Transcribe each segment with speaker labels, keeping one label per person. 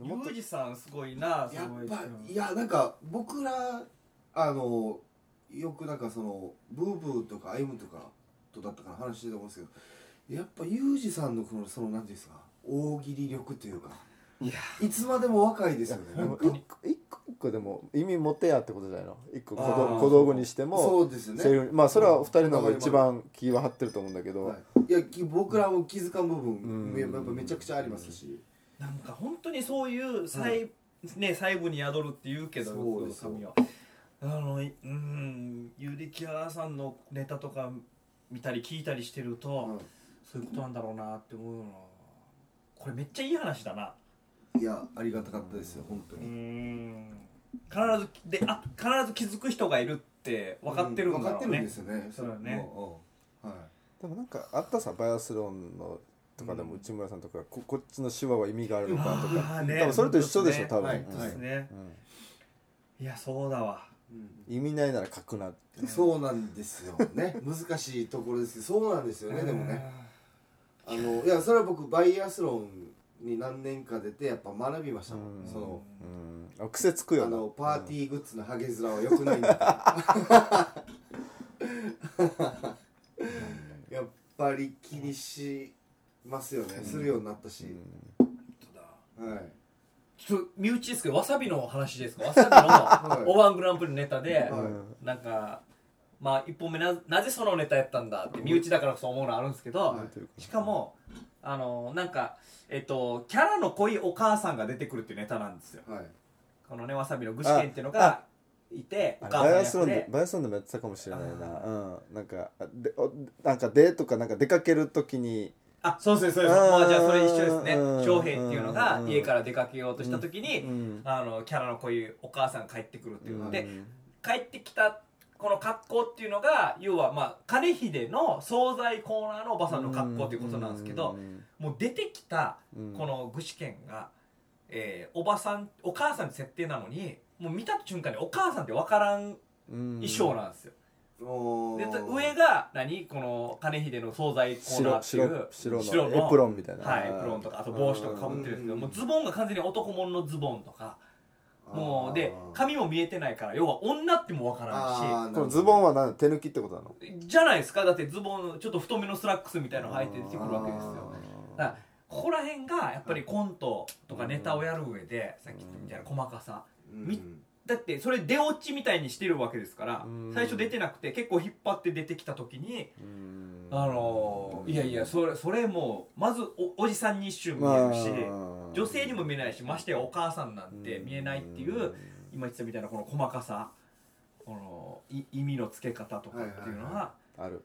Speaker 1: ユージさんすごいなす
Speaker 2: や
Speaker 1: ごい
Speaker 2: っぱいやなんか僕らあのよくなんかそのブーブーとかアイムとかとだったかな話してたと思うんですけどやっぱユージさんのこのそのなんていうんですか大喜利力というか
Speaker 3: いや
Speaker 2: いつまでも若いですよね
Speaker 3: で
Speaker 2: なん
Speaker 3: も
Speaker 2: か
Speaker 3: 一個一個一個でも意味持てやってことじゃないの一個小
Speaker 1: あー
Speaker 3: 道小道具にしても
Speaker 2: そうですよ
Speaker 3: セリ
Speaker 2: ね、
Speaker 3: フにまあそれは二人の方が一番気は張ってると思うんだけど、
Speaker 2: はい、いやき僕らも気づかん部分
Speaker 3: うん
Speaker 2: やっぱめちゃくちゃありますし
Speaker 1: なんか本当にそういう細,、ね、細部に宿るって言うけど
Speaker 2: そうですよ
Speaker 1: 神はあのいうんユリキアさんのネタとか見たり聞いたりしてると、そういうことなんだろうなって思うなこれめっちゃいい話だない
Speaker 2: やありがたかったですよ本当
Speaker 1: う
Speaker 2: に
Speaker 1: ん必ずであ必ず気づく人がいるって分かってるんだろう
Speaker 2: う
Speaker 1: ん
Speaker 2: 分かってる
Speaker 1: ね、
Speaker 2: んですよね
Speaker 1: そうだよね
Speaker 2: うんうんはい
Speaker 3: でもなんかあったさバイアスロンのとかで
Speaker 1: うん
Speaker 3: も内村さんとかここっちの手話は意味があるのかとか、
Speaker 1: あーね
Speaker 3: 多分それと一緒でしょ、多
Speaker 1: 本
Speaker 3: 分、
Speaker 2: はい
Speaker 3: うん
Speaker 1: 当ですねいやそうだわ
Speaker 2: うん
Speaker 3: うん意味ないなら書くなって
Speaker 2: そうなんですよね 難しいところですけどそうなんですよねでもねあのいやそれは僕バイアスロンに何年か出てやっぱ学びましたもん
Speaker 3: うん
Speaker 2: その
Speaker 3: うんあ癖つくよ
Speaker 2: あ
Speaker 3: な
Speaker 2: のパーティーグッズのハゲヅラは良くないんだ とやっぱり気にしますよねするようになったし
Speaker 3: うん、
Speaker 1: 本当だ
Speaker 2: はい
Speaker 1: ちょっと身内ですけどわさびのお話ですかわさびの
Speaker 2: はい
Speaker 1: O−1 グランプリのネタで
Speaker 2: はい
Speaker 1: なんかまあ一本目ななぜそのネタやったんだって身内だからこそ思うのあるんですけど、
Speaker 2: はい
Speaker 1: しかもあのなんかえっとキャラの濃いお母さんが出てくるっていうネタなんですよ
Speaker 2: はい
Speaker 1: このねわさびの具志堅っていうのがいてお
Speaker 3: あ
Speaker 1: 母
Speaker 3: バイアス
Speaker 1: さん
Speaker 3: ロ
Speaker 1: 役で
Speaker 3: ンでバイアスロンでもやってたかもしれないな、うん、なんかあでおなんかデートかなんか出かける時に
Speaker 1: あそうですそうですもうじゃあそれ一緒ですね
Speaker 3: うん
Speaker 1: 翔平っていうのが
Speaker 3: うん
Speaker 1: 家から出かけようとした時
Speaker 3: う
Speaker 1: に、
Speaker 3: ん
Speaker 1: あのキャラの濃いお母さんが帰ってくるっていうので、
Speaker 3: うん
Speaker 1: 帰ってきたこの格好っていうのが要はまあ金秀の惣菜コーナーのおばさんの格好っていうことなんですけど、
Speaker 3: うん
Speaker 1: もう出てきた
Speaker 3: うん
Speaker 1: この具志堅が、えーおばさんお母さんって設定なのにもう見た瞬間にお母さんって分からん衣装なんですよ、
Speaker 2: お
Speaker 1: で
Speaker 2: ー
Speaker 1: 上が何この金秀の惣菜コーナー
Speaker 3: 白
Speaker 1: っていう
Speaker 3: 白白の
Speaker 1: 白の
Speaker 3: エプロンみたいな
Speaker 1: はいエプロンとかあと帽子とかかぶってるんですけど
Speaker 2: うん
Speaker 1: もうズボンが完全に男物のズボンとかもうで
Speaker 2: 髪
Speaker 1: 髪も見えてないから要は女っても分からんし
Speaker 3: このズボン
Speaker 2: は
Speaker 3: は何手抜きってことなの
Speaker 1: じゃないですかだってズボンちょっと太めのスラックスみたいなの履いて出てくるわけですよだからここら辺がやっぱりコントとかネタをやる上でさっき言ったみたいな細かさみだってそれ出落ちみたいにしてるわけですから
Speaker 3: うん
Speaker 1: 最初出てなくて結構引っ張って出てきた時に
Speaker 3: うん
Speaker 1: あのーいやいやそれそれもうまずおおじさんに一瞬見えるし
Speaker 3: まあ
Speaker 1: 女性にも見えないしましてやお母さんなんて見えないっていう
Speaker 3: うん
Speaker 1: 今言ってたみたいなこの細かさこのい意味の付け方とかっていうのは,、
Speaker 2: はいはい
Speaker 3: ある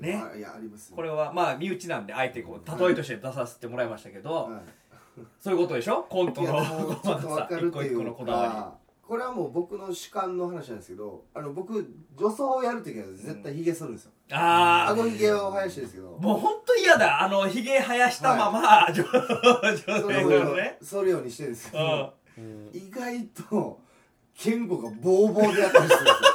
Speaker 1: ね
Speaker 2: いやありますよ
Speaker 1: これはまあ身内なんであえてこう例えとして出させてもらいましたけど、
Speaker 2: はい
Speaker 1: そういうことでしょ コント
Speaker 2: いや
Speaker 1: の
Speaker 2: でもちょっとわか
Speaker 1: 一
Speaker 2: るって
Speaker 1: 個
Speaker 2: い
Speaker 1: 一個の
Speaker 2: う
Speaker 1: こだわり
Speaker 2: かこれはもう僕の主観の話なんですけどあの僕女装をやるときは絶対ヒゲするんですよ
Speaker 1: ああ
Speaker 2: あのヒゲを生やしてるんですけど
Speaker 1: もう本当嫌だあのひげ生やしたまま、 女
Speaker 2: それ
Speaker 1: 性の
Speaker 2: を
Speaker 1: ね
Speaker 2: 剃るようにしてるんですけ
Speaker 1: う
Speaker 2: ど
Speaker 1: ん
Speaker 3: うん
Speaker 2: 意外と健吾がボーボーでやったりしてるんですよ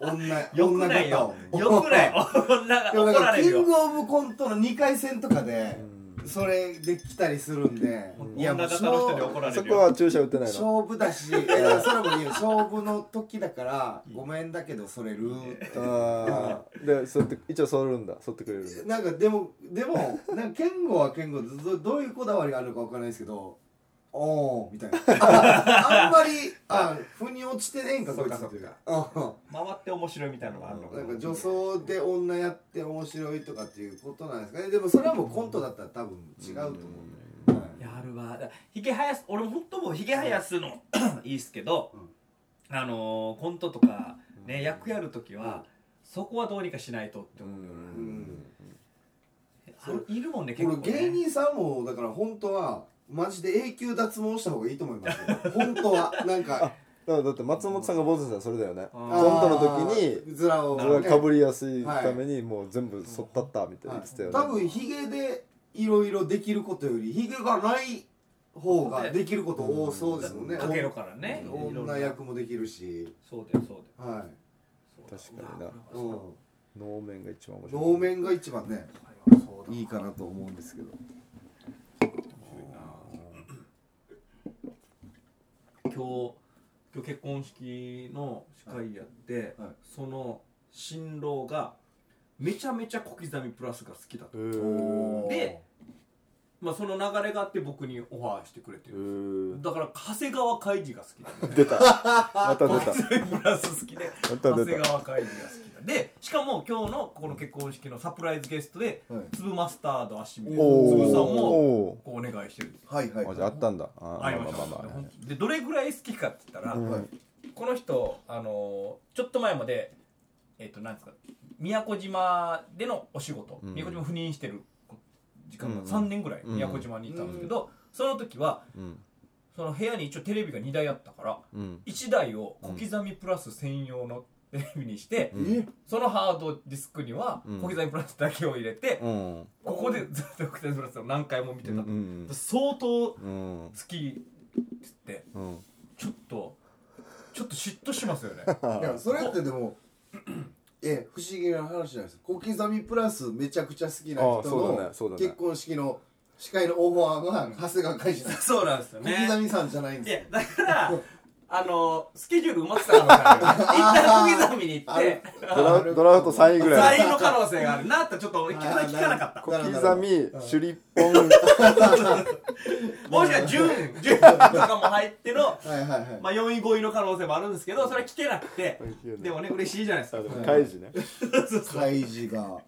Speaker 1: よ
Speaker 2: 女
Speaker 1: く
Speaker 2: 女
Speaker 1: ない
Speaker 2: 方
Speaker 1: よ
Speaker 2: を
Speaker 1: よくない
Speaker 2: い
Speaker 1: 女
Speaker 2: や
Speaker 1: が
Speaker 2: だ
Speaker 1: 怒
Speaker 2: からら
Speaker 1: れる
Speaker 2: キン
Speaker 1: よ
Speaker 2: グオブコントの2回戦とかでそれで来たりするんでいや
Speaker 1: 女
Speaker 2: もう
Speaker 1: 方の人に怒られ
Speaker 3: そ
Speaker 1: る
Speaker 3: こ
Speaker 1: よ
Speaker 3: は注射打ってないの
Speaker 2: 勝負だし、いやそれもいいよ勝負の時だからごめんだけどそれルーって
Speaker 3: あーでそって一応剃るんだ剃ってくれるんだ
Speaker 2: なんかでもでもなんか健吾は健吾でどどういうこだわりがあるのかわからないですけどおおみたいなああんまりあ腑に落ちてねえんか
Speaker 1: そ
Speaker 2: こ
Speaker 1: う
Speaker 2: い
Speaker 1: か
Speaker 2: つ
Speaker 1: そうか
Speaker 2: っていうか
Speaker 1: 回って面白いみたいなのがあるの
Speaker 2: う
Speaker 1: か
Speaker 2: ん
Speaker 1: な
Speaker 2: なんか女装で女やって面白いとかっていうことなんですかねでもそれはもうコントだったら多分違うと思うんで、はい
Speaker 1: やるわひげ生やす俺も本当もうひげ生やす のいいっすけど、あのーコントとかね役やる時は、そこはどうにかしないとって
Speaker 3: う
Speaker 1: 思う、
Speaker 3: ん
Speaker 1: あのいるもんね結構
Speaker 2: こ
Speaker 1: ね
Speaker 2: れ芸人さんもだから本当はマジで永久脱毛した方がいいと思いますよ本当はなんか
Speaker 3: だからだって松本さんが坊主さんはそれだよね
Speaker 1: あ
Speaker 3: コン
Speaker 1: ー
Speaker 3: トの時に
Speaker 2: ズラを
Speaker 3: それはかぶりやすいためにもう全部剃ったったみたいな
Speaker 2: はい
Speaker 3: 言ってたよね
Speaker 2: 多分ヒゲでいろいろできることよりヒゲがない方ができること多そうですもんね
Speaker 1: かけるからね
Speaker 2: お
Speaker 1: いろんな
Speaker 2: 女役もできるし
Speaker 1: そうだよそう
Speaker 2: は
Speaker 1: だよ
Speaker 3: 確かにな
Speaker 2: いう
Speaker 1: わ
Speaker 2: ん
Speaker 3: 能面が一番面白い
Speaker 2: 能面が一番ね
Speaker 1: これはそうだ
Speaker 2: いいかなと思うんですけど
Speaker 1: 今日今日結婚式の司会やって、
Speaker 2: はいはい
Speaker 1: その新郎がめちゃめちゃ小刻みプラスが好きだと、
Speaker 3: えー
Speaker 2: おー
Speaker 1: でまあ、その流れがあって僕にオファーしてくれて
Speaker 3: え
Speaker 1: る、
Speaker 3: ー
Speaker 1: だから長谷川海二が好きだ
Speaker 3: 出たまた出た
Speaker 1: 小刻みプラス好き で
Speaker 3: また
Speaker 1: 長谷
Speaker 3: 出た
Speaker 1: 川海二が好きだでしかも今日のここの結婚式のサプライズゲストで
Speaker 2: はい
Speaker 1: 粒マスタード足見
Speaker 2: おー
Speaker 1: 粒さんも
Speaker 3: お
Speaker 1: こうお願いしてるんです
Speaker 2: はいはい
Speaker 3: ーあじゃああったんだあー
Speaker 1: ありました、
Speaker 3: ああ
Speaker 1: ほんとでどれぐらい好きかって言ったら、
Speaker 3: うん
Speaker 2: はい
Speaker 1: この人あのーちょっと前までえっ、となんですか宮古島でのお仕事、
Speaker 3: うん
Speaker 1: 宮古島赴任してる時間
Speaker 3: う
Speaker 1: が
Speaker 3: ん
Speaker 1: 3年ぐらい
Speaker 3: うん
Speaker 1: 宮古島にいたんですけど、その時は
Speaker 3: うん
Speaker 1: その部屋に一応テレビが2台あったから
Speaker 3: うん
Speaker 1: 1台を小刻みプラス専用のテレビにして、
Speaker 3: うん
Speaker 2: え
Speaker 1: そのハードディスクには
Speaker 3: うん
Speaker 1: 小刻みプラスだけを入れて、
Speaker 3: うん
Speaker 1: ここでずっと小刻みプラスを何回も見てた、
Speaker 3: うん
Speaker 1: 相当好
Speaker 3: うん
Speaker 1: きって言って
Speaker 3: うん
Speaker 1: ちょっとちょっと嫉妬しますよね
Speaker 2: いやそれってでも え不思議な話じゃないですか小刻みプラスめちゃくちゃ好きな人
Speaker 3: あーそうだねそうだ
Speaker 2: の
Speaker 3: ね
Speaker 2: 結婚式の司会のオファーが長谷川海士さん
Speaker 1: そうなんですよ
Speaker 2: 小刻みさんじゃないん
Speaker 1: い
Speaker 2: です
Speaker 1: やだからあのスケジュール埋まってた可能性ある一旦小刻みに行っ
Speaker 2: ある
Speaker 1: て
Speaker 3: ドラドラフト3位ぐらい
Speaker 1: 最員の可能性があるなってちょっと俺聞か
Speaker 2: あー
Speaker 1: 聞かなかった
Speaker 3: 小刻みシュリッポン
Speaker 1: もしかしたら10 10とかも入っての、
Speaker 2: はいはいはい
Speaker 1: まあ、4位5位の可能性もあるんですけどそれは聞けなくてでもね嬉しいじゃないですか
Speaker 3: 開示ね
Speaker 2: 開示が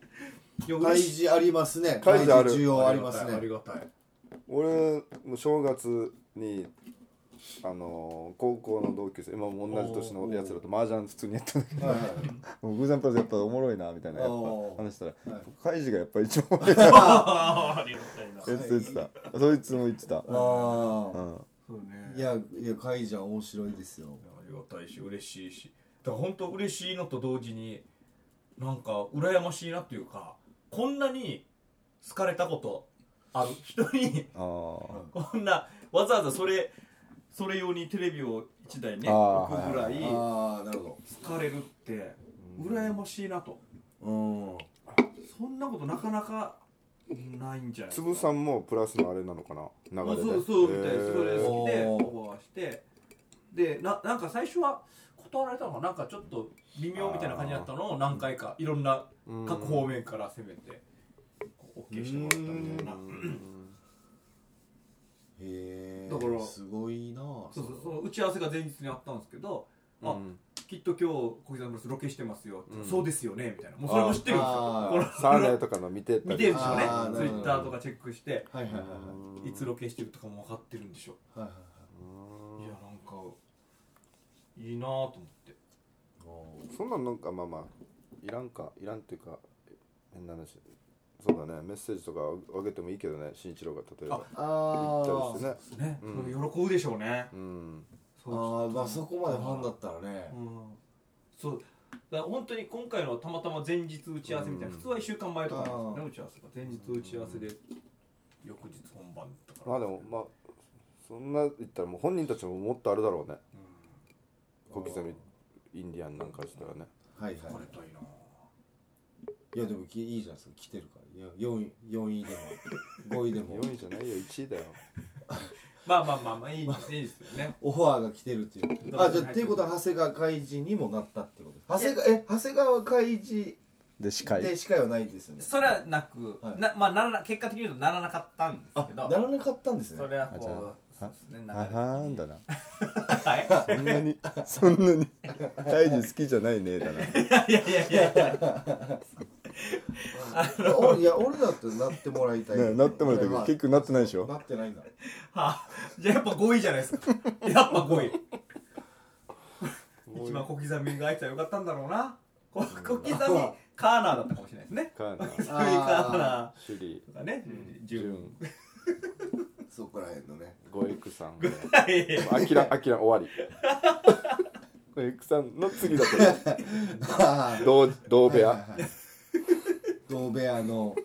Speaker 1: いや
Speaker 2: 開
Speaker 1: 嬉しい
Speaker 2: 示ありますね
Speaker 3: 開示ある
Speaker 2: 需要ありますね
Speaker 1: がたい
Speaker 3: 俺も正月にあのー高校の同級生今も同じ年のやつらと麻雀普通にやったんだけど
Speaker 2: はいはい
Speaker 3: もう偶然プラスやっぱおもろいなみたいなやっぱ
Speaker 2: おー
Speaker 3: 話したら
Speaker 2: はい
Speaker 3: 「カイジがやっぱ一番おもろいな」
Speaker 1: ありがたいな
Speaker 3: 言ってたそいつも言ってた
Speaker 2: あ
Speaker 3: う
Speaker 2: あ
Speaker 3: ん
Speaker 1: そうね
Speaker 2: いやいや開示は面白いですよ
Speaker 1: ありがたいし嬉しいしだから本当嬉しいのと同時になんか羨ましいなっていうかこんなに好かれたことある 人に
Speaker 3: あー
Speaker 1: こんなわざわざそれそれ用にテレビを1台ね
Speaker 3: あー
Speaker 1: 置くぐらい好
Speaker 2: ああなるほ
Speaker 1: かれるって羨ましいなと
Speaker 2: どうん
Speaker 1: そんなことなかなかないんじゃない
Speaker 3: 粒さんもプラスのあれなのかな
Speaker 1: そ
Speaker 3: 流れで
Speaker 1: うそうみたいなそれ
Speaker 3: へ
Speaker 1: で
Speaker 3: ー
Speaker 1: 好きで
Speaker 2: お
Speaker 1: オ
Speaker 2: ー
Speaker 1: ファーしてでななんか最初は断られたのがなんかちょっと微妙みたいな感じだったのを何回かいろんな
Speaker 3: うん
Speaker 1: 各方面から攻めてこう OK してもらったみたいな
Speaker 3: うん
Speaker 2: へ
Speaker 1: だから
Speaker 2: えすごいな
Speaker 1: そうそうその打ち合わせが前日にあったんですけどあ
Speaker 3: うん
Speaker 1: きっと今日小刻みブラスロケしてますよ
Speaker 3: うん
Speaker 1: そうですよねみたいなもうそれも知ってるんですよ
Speaker 2: あー
Speaker 1: この
Speaker 3: サーレとかの見てた
Speaker 1: 見てるでしょうね
Speaker 2: あーなるほど
Speaker 1: ツイッターとかチェックして
Speaker 2: はいはいはい
Speaker 3: うん
Speaker 1: いつロケしてるとかも分かってるんでしょ
Speaker 2: はいはいはい
Speaker 3: うん
Speaker 1: いやなんかいいなぁと思って
Speaker 3: そんなんなんかまあまあいらんかいらんっていうか変な話そうだねメッセージとかあげてもいいけどね新一郎が例えば言った
Speaker 2: あ
Speaker 3: りしてね
Speaker 1: ね、
Speaker 3: うん
Speaker 1: それ喜ぶでしょうね
Speaker 3: うん
Speaker 2: あ
Speaker 1: そ
Speaker 2: ーまあそこまでファンだったらね
Speaker 1: うんそうだから本当に今回のたまたま前日打ち合わせみたいな、
Speaker 3: うん
Speaker 1: 普通は1週間前とかなんです
Speaker 2: あ
Speaker 1: よね打ち合わせが前日打ち合わせで翌日本番だから、
Speaker 3: まあでもまあそんな言ったらもう本人たちももっとあれだろうね小刻みインディアンなんかしたらね
Speaker 2: はい
Speaker 1: うん、
Speaker 2: は
Speaker 1: れたいなぁ
Speaker 2: いいやでもきいいじゃないですか来てるからいや4位4位で も5位でも
Speaker 3: 4位じゃないよ1位だよ
Speaker 1: まあまあまあまあいいですいいですよね
Speaker 2: オファーが来てるっていうあじゃあっていうことは長谷川海事にもなったってこと長谷川え長谷川海事
Speaker 3: で司
Speaker 2: でしかはないですよね
Speaker 1: それはなく、
Speaker 2: はい
Speaker 1: なまあならな結果的に言うとならなかったんです
Speaker 2: あ
Speaker 1: けど
Speaker 2: ならなかったんですね
Speaker 1: それは
Speaker 3: あじゃ
Speaker 1: こう
Speaker 3: あ
Speaker 1: そうですねな
Speaker 3: あはーんだな
Speaker 1: はい
Speaker 3: そんなに そんなに大事好きじゃないねだない
Speaker 1: やいやいやいや
Speaker 2: おいや俺だってなってもらいたい
Speaker 3: ねなってもらいたいけど
Speaker 2: まあ
Speaker 3: 結局なってないでしょ
Speaker 2: なってないんだ
Speaker 1: はあ、じゃあやっぱ5位じゃないですかやっぱ5位一番小刻みが入ったらよかったんだろうなこ小刻みカーナーだったかもしれないですね
Speaker 3: かな
Speaker 1: 小刻みカーナ
Speaker 3: シュリ
Speaker 1: ーとかね
Speaker 3: ジ
Speaker 1: 十
Speaker 3: ュ
Speaker 1: 分
Speaker 3: ン
Speaker 2: そこらへんのね
Speaker 3: ゴエクさん
Speaker 1: はい
Speaker 3: あきらあきら終わりこれ育さんの次だと思う 同同部
Speaker 2: はい
Speaker 3: 屋
Speaker 2: はいはい 同部屋の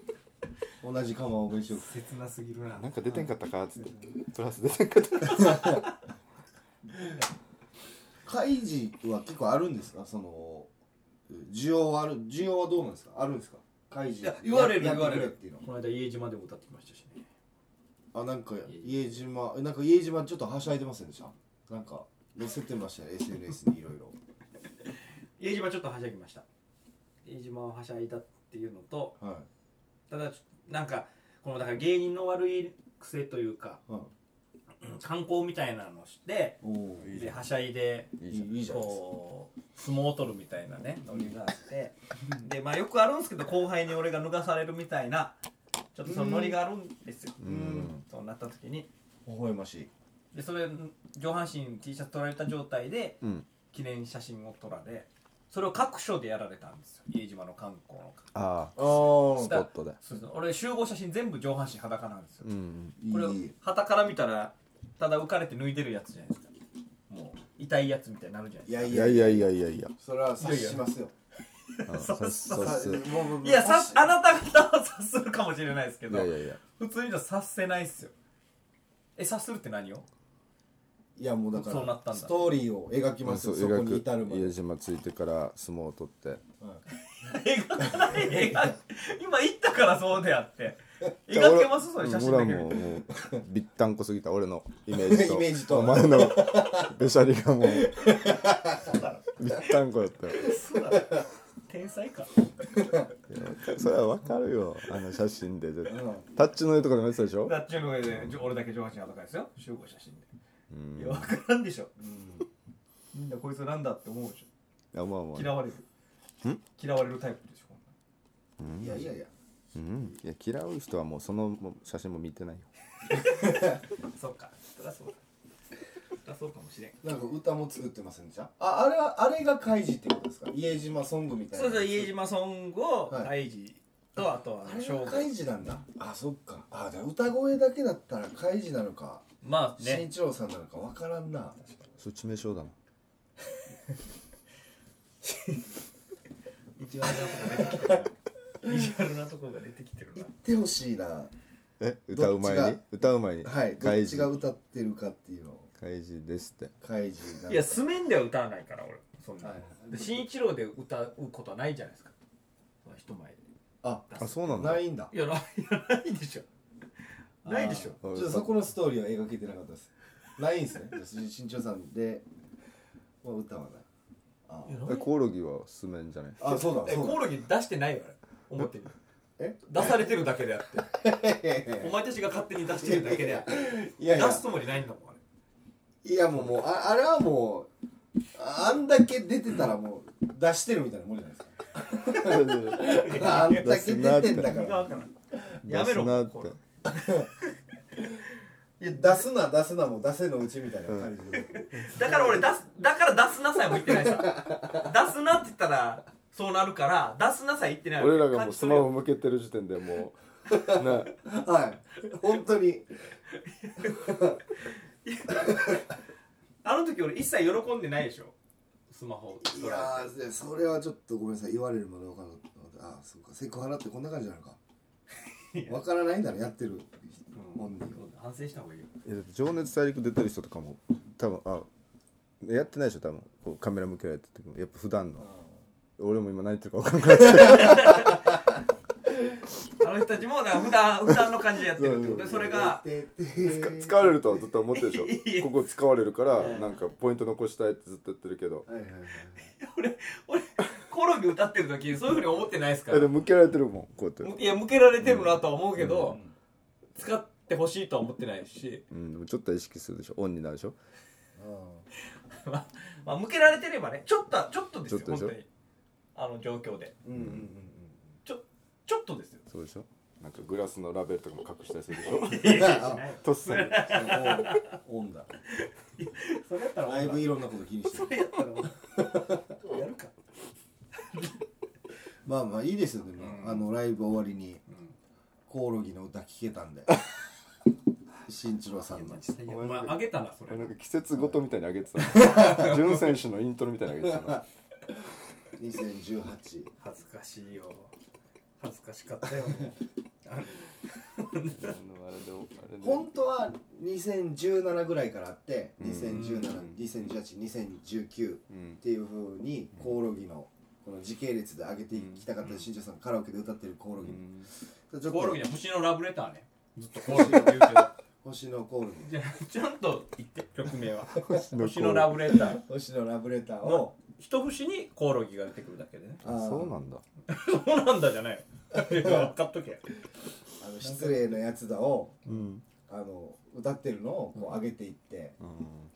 Speaker 2: 同じ釜をご一緒
Speaker 1: 切なすぎるな
Speaker 3: なんか出てんかったかっつってプラス出てんかった
Speaker 2: 開示は結構あるんですかその需要はある需要はどうなんですかあるんですか開
Speaker 1: い
Speaker 2: 示
Speaker 1: や言われる
Speaker 2: や
Speaker 1: 言われ
Speaker 2: や
Speaker 1: る
Speaker 2: ってくっていうの
Speaker 1: この間家島でも歌ってきましたしね
Speaker 2: あなんか家島なんか家島ちょっとはしゃいでませんでしたなんか載せてましたね SNS にいろいろ
Speaker 1: 家島ちょっとはしゃぎました家島をはしゃいだっていうのと
Speaker 2: は
Speaker 1: ただちょなんかこのだから芸人の悪い癖というか
Speaker 2: い、はい、
Speaker 1: 観光みたいなのをして
Speaker 2: おお
Speaker 3: いいじ
Speaker 1: で
Speaker 3: ゃん
Speaker 1: はしゃいで
Speaker 3: いいじゃん
Speaker 2: いいじゃないですか
Speaker 1: こう相撲を取るみたいなねノリがあってでまあよくあるんですけど後輩に俺が脱がされるみたいなちょっとそのノリがあるんですよ
Speaker 3: うん
Speaker 1: そうなった時に
Speaker 2: 微笑ましい
Speaker 1: でそれ上半身 T シャツ取られた状態で
Speaker 3: うん
Speaker 1: 記念写真を撮られそれを各所でやられたんですよ家島の観光の
Speaker 3: あ
Speaker 2: ああ
Speaker 3: スポットで
Speaker 1: そうそう俺集合写真全部上半身裸なんですよ
Speaker 3: うん
Speaker 1: これ
Speaker 2: いい
Speaker 1: 旗から見たらただ浮かれて脱いでるやつじゃないですかもう痛いやつみたいになるじゃない
Speaker 2: い
Speaker 1: です
Speaker 2: や
Speaker 3: い
Speaker 2: い
Speaker 3: や
Speaker 2: や
Speaker 3: いやいやいやいや
Speaker 2: それは察しますよ
Speaker 3: あ
Speaker 1: そう
Speaker 3: さ
Speaker 1: そ
Speaker 3: さす
Speaker 2: もうもうもう
Speaker 1: かいやさ
Speaker 2: 察し
Speaker 1: あなた方は察するかもしれないですけ
Speaker 3: い
Speaker 1: ど
Speaker 3: やいやいや
Speaker 1: 普通にじゃ察せないっすよえ察するって何を
Speaker 2: いやもうだから
Speaker 1: そうなったんだ
Speaker 2: ストーリーを描き
Speaker 3: まあ
Speaker 2: ます
Speaker 3: そう
Speaker 2: よそこに
Speaker 3: 描
Speaker 2: 至るま
Speaker 3: く
Speaker 2: で
Speaker 3: 家島ついてから相撲を取って
Speaker 2: はい
Speaker 1: 描かない描か今言ったからそうであって
Speaker 3: いや
Speaker 1: 描けますそれ写真だ
Speaker 3: 俺は
Speaker 1: け見
Speaker 3: も
Speaker 1: て
Speaker 3: うもうびったんこすぎた俺の イメージと
Speaker 2: イメージと
Speaker 3: お前のべしゃりが もうびったんこやったよ
Speaker 1: そうだ天才か
Speaker 3: それはわかるよあの写真で絶対
Speaker 2: うん
Speaker 3: タッチのいいとこでもやってたでしょ
Speaker 1: だっちゅうの上でじょ俺だけ上半身裸ですよ集合写真でいや分からんでしょみんなこいつなんだって思うでしょ
Speaker 3: いやまあまあ
Speaker 1: 嫌われる
Speaker 3: ん
Speaker 1: 嫌われるタイプでしょこん
Speaker 2: いやいやいや
Speaker 3: うんいや嫌う人はもうそのもう写真も見てないよ
Speaker 1: なんそうかそりゃそうだそりゃそうかもしれん
Speaker 2: なんか歌も作ってませんでしたああれはあれが開示ってことですか家島ソングみたいな
Speaker 1: そうそう家島ソングを
Speaker 2: はい
Speaker 1: 大事とあとは
Speaker 2: あれ
Speaker 1: 紹
Speaker 2: が
Speaker 1: 介
Speaker 2: 開示なんだあそっかあじゃあ歌声だけだったら開示なのか
Speaker 1: まあ
Speaker 2: 慎
Speaker 1: ね
Speaker 2: 一郎さんなのかわからんな
Speaker 3: それ致命傷だな
Speaker 1: 意地悪なとこが出てきてるな意地悪なとこが出てきてるな
Speaker 2: 行ってほしいな
Speaker 3: え歌う前
Speaker 2: どっち
Speaker 3: に
Speaker 2: が
Speaker 3: 歌う前に
Speaker 2: はいどっ
Speaker 3: 開
Speaker 2: ちが
Speaker 3: 示
Speaker 2: 歌ってるかっていうのを
Speaker 3: 開示ですって
Speaker 2: 開示 なん
Speaker 1: いやスメンでは歌わないから俺そんな
Speaker 2: はい
Speaker 1: で新一郎で歌うことはないじゃないですかその人前で
Speaker 2: あ
Speaker 3: あそうなんだ
Speaker 2: ないんだ
Speaker 1: いやないいやないでしょないでしょ
Speaker 2: あーちょっとそこのストーリーは描けてなかったですないんですねじゃあ慎一郎さんで、まあ、歌はないあー
Speaker 3: えコオロギはすめんじゃない
Speaker 2: あそうだ
Speaker 1: え
Speaker 2: そう
Speaker 1: コ
Speaker 2: だ
Speaker 1: オロギ出してないよあれ思ってる
Speaker 2: え
Speaker 1: 出されてるだけであってお前たちが勝手に出してるだけであって
Speaker 2: いやいや
Speaker 1: 出すつもりないんだもんあれ
Speaker 2: いやもうもうああれはもうああんだけ出てたらもう出してるみたいなもんじゃないですかあんだけ出てんだか
Speaker 1: 意味が
Speaker 2: ら
Speaker 1: わからん やめろ
Speaker 3: 出すなっ
Speaker 1: コオ
Speaker 3: て
Speaker 1: ロギ
Speaker 2: いや出すな出すなも出せのうちみたいな感じで、
Speaker 1: だから俺出すだから出すなさえも言ってないさ出すなって言ったらそうなるから出すなさえ言ってない
Speaker 3: 俺らがもうスマホ向けてる時点でも うな
Speaker 2: はい本当に
Speaker 1: あの時俺一切喜んでないでしょスマホ
Speaker 2: いやーでそれはちょっとごめんなさい言われるまで分からなかったあそうかセクハラってこんな感じなのか
Speaker 1: いや
Speaker 2: 分からないならやってる
Speaker 1: う
Speaker 2: 本
Speaker 1: ん
Speaker 2: 人
Speaker 1: 反省した方がいいよ
Speaker 3: いやだって情熱大陸出てる人とかも多分あやってないでしょ多分こうカメラ向けられた時もやっぱ普段の俺も今何言ってるか分かんない
Speaker 1: あの人たちもだから普段普段の感じでやってるってことでそれが
Speaker 2: でで
Speaker 3: 使われるとはずっと思ってるで
Speaker 1: い
Speaker 3: し
Speaker 1: や
Speaker 3: ょここ使われるからなんかポイント残したいってずっと言ってるけど
Speaker 2: はいはいはい
Speaker 1: 俺俺コオロギ歌ってる時そういうふうに思ってないですか
Speaker 3: え
Speaker 1: ら
Speaker 3: でも向けられてるもんこうやって
Speaker 1: いや向けられてるなとは思うけど、使ってほしいとは思ってないし、
Speaker 3: うんでもちょっと意識するでしょオンになるでしょ
Speaker 2: う
Speaker 1: まあまあ、向けられてればねちょっとはちょっとですよ
Speaker 3: ちょっと
Speaker 1: 本当
Speaker 3: でしょ
Speaker 1: にあの状況で
Speaker 2: んうんうん
Speaker 1: ちょちょっとですよ
Speaker 3: そうでしょなんかグラスのラベルとかも隠したりするでしょ
Speaker 2: うんあ
Speaker 3: とっさに
Speaker 2: あオンオンだ
Speaker 1: それやったら
Speaker 2: だいぶいろんなこと気にして
Speaker 1: そ
Speaker 2: る
Speaker 1: れやったら やるか
Speaker 2: まあまあいいですよね、
Speaker 1: うん
Speaker 2: あのライブ終わりに、
Speaker 1: ん
Speaker 2: コオロギの歌聴けたん で新一郎さんの
Speaker 1: お前あげたなそれ
Speaker 3: なんか季節ごとみたいに上げてた の潤選手のイントロみたいに上げてたの
Speaker 2: 2018
Speaker 1: 恥ずかしいよ恥ずかしかったよ もうあの
Speaker 3: あのあれであれで
Speaker 2: 本当は2017ぐらいからあって
Speaker 3: ん
Speaker 2: 201720182019
Speaker 3: うん
Speaker 2: っていう風にコオロギのこの時系列で上げていきたかった新庄さんカラオケで歌ってるコオロギ、ちょっと
Speaker 1: コオロギの星のラブレターねずっとコオロギの言うけど
Speaker 2: 星のコールに
Speaker 1: じゃあちゃんと言って曲名は
Speaker 3: 星
Speaker 1: 星のラブレター
Speaker 2: 星のラブレターを
Speaker 1: の一節にコオロギが出てくるだけでね
Speaker 3: あそうなんだ
Speaker 1: そうなんだじゃないよ 分かっとけ
Speaker 2: あの失礼なやつだを
Speaker 3: うん
Speaker 2: あの歌ってるのをこう上げていって、
Speaker 3: うん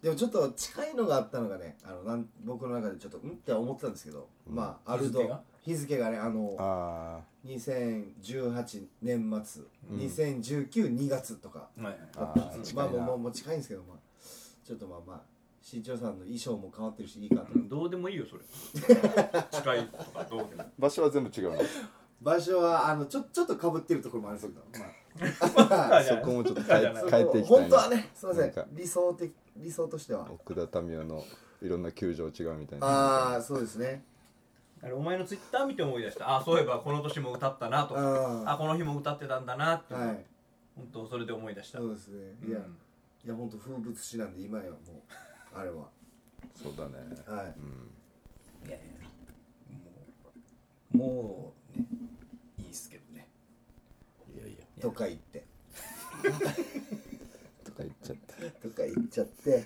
Speaker 2: でもちょっと近いのがあったのがねあのなん僕の中でちょっとうんって思ってたんですけど、
Speaker 3: うん
Speaker 2: まあアル
Speaker 1: 日付
Speaker 2: ド
Speaker 1: が
Speaker 2: 日付がねあの
Speaker 3: あ
Speaker 2: 2018年末、
Speaker 3: うん
Speaker 2: 20192月とか
Speaker 1: はいはい
Speaker 2: ま
Speaker 3: あー
Speaker 2: あ
Speaker 3: 近い
Speaker 2: まあ
Speaker 3: な
Speaker 2: もうもう近いんですけどまあちょっとまあまあ新潮さんの衣装も変わってるしいいかと、
Speaker 1: うんどうでもいいよそれ近いとかどうでも
Speaker 3: 場所は全部違うな
Speaker 2: 場所はあのちょちょっとかぶってるところもありそうだ、まあ
Speaker 3: そこもちょっと
Speaker 1: じゃ
Speaker 3: 変え
Speaker 1: ない
Speaker 3: 帰っていきた
Speaker 2: 本
Speaker 3: い
Speaker 2: 当は
Speaker 3: な
Speaker 2: ねすいませ
Speaker 3: なんんか
Speaker 2: 理想的理想としては
Speaker 3: 奥田民生のいろんな球場違うみたいな
Speaker 2: ああそうですね
Speaker 1: あれお前のツイッター見て思い出したあそういえばこの年も歌ったなと
Speaker 2: うん
Speaker 1: かあ
Speaker 2: は
Speaker 1: この日も歌ってたんだなって、
Speaker 2: い
Speaker 1: 本当それで思い出した、
Speaker 2: そうですね
Speaker 1: うん
Speaker 2: いや、いや本当風物詩なんで今やもうあれは
Speaker 3: そうだね
Speaker 2: はい
Speaker 3: うん
Speaker 4: いやいやもうもうねいいっすけどねいやいや
Speaker 2: とか言って
Speaker 3: とか言っちゃった
Speaker 2: とか言っちゃって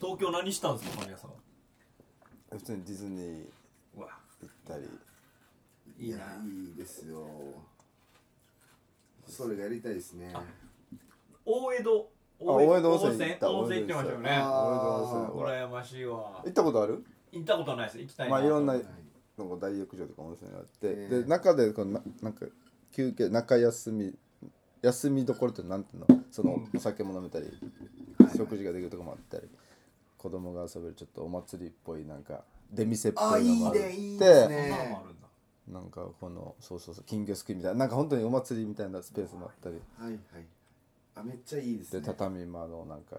Speaker 1: 東京何したんですか神谷さん
Speaker 3: 普通にディズニー
Speaker 1: うわ
Speaker 3: 行ったり
Speaker 1: いいな
Speaker 2: やいいですよそれがやりたいですね
Speaker 1: 大江戸
Speaker 3: 大江戸温泉行った
Speaker 1: 温泉行ってましたよね
Speaker 2: あ
Speaker 3: 大江戸温泉
Speaker 1: 羨ましいわ
Speaker 3: 行ったことある
Speaker 1: 行ったことはないです行きたいな
Speaker 3: まあいろんな
Speaker 2: はい
Speaker 3: なんか大浴場とか温泉があって、
Speaker 2: ええ
Speaker 3: で中でこのななんか休憩中休み休みどころってなんていうのそのお酒も飲めたり、食事ができるとこもあったり子供が遊べるちょっとお祭りっぽいなんか出店っ
Speaker 2: あ
Speaker 3: ぽ
Speaker 2: ー
Speaker 3: いの
Speaker 2: いい
Speaker 3: もあって
Speaker 2: ねいいです
Speaker 1: そんなの
Speaker 2: ね
Speaker 1: もあるんだ
Speaker 3: なんかこのそうそうそう金魚すくいみたいななんか本当にお祭りみたいなスペースもあったり
Speaker 2: はいはいあめっちゃいいです
Speaker 3: で
Speaker 2: ね
Speaker 3: 畳窓なんか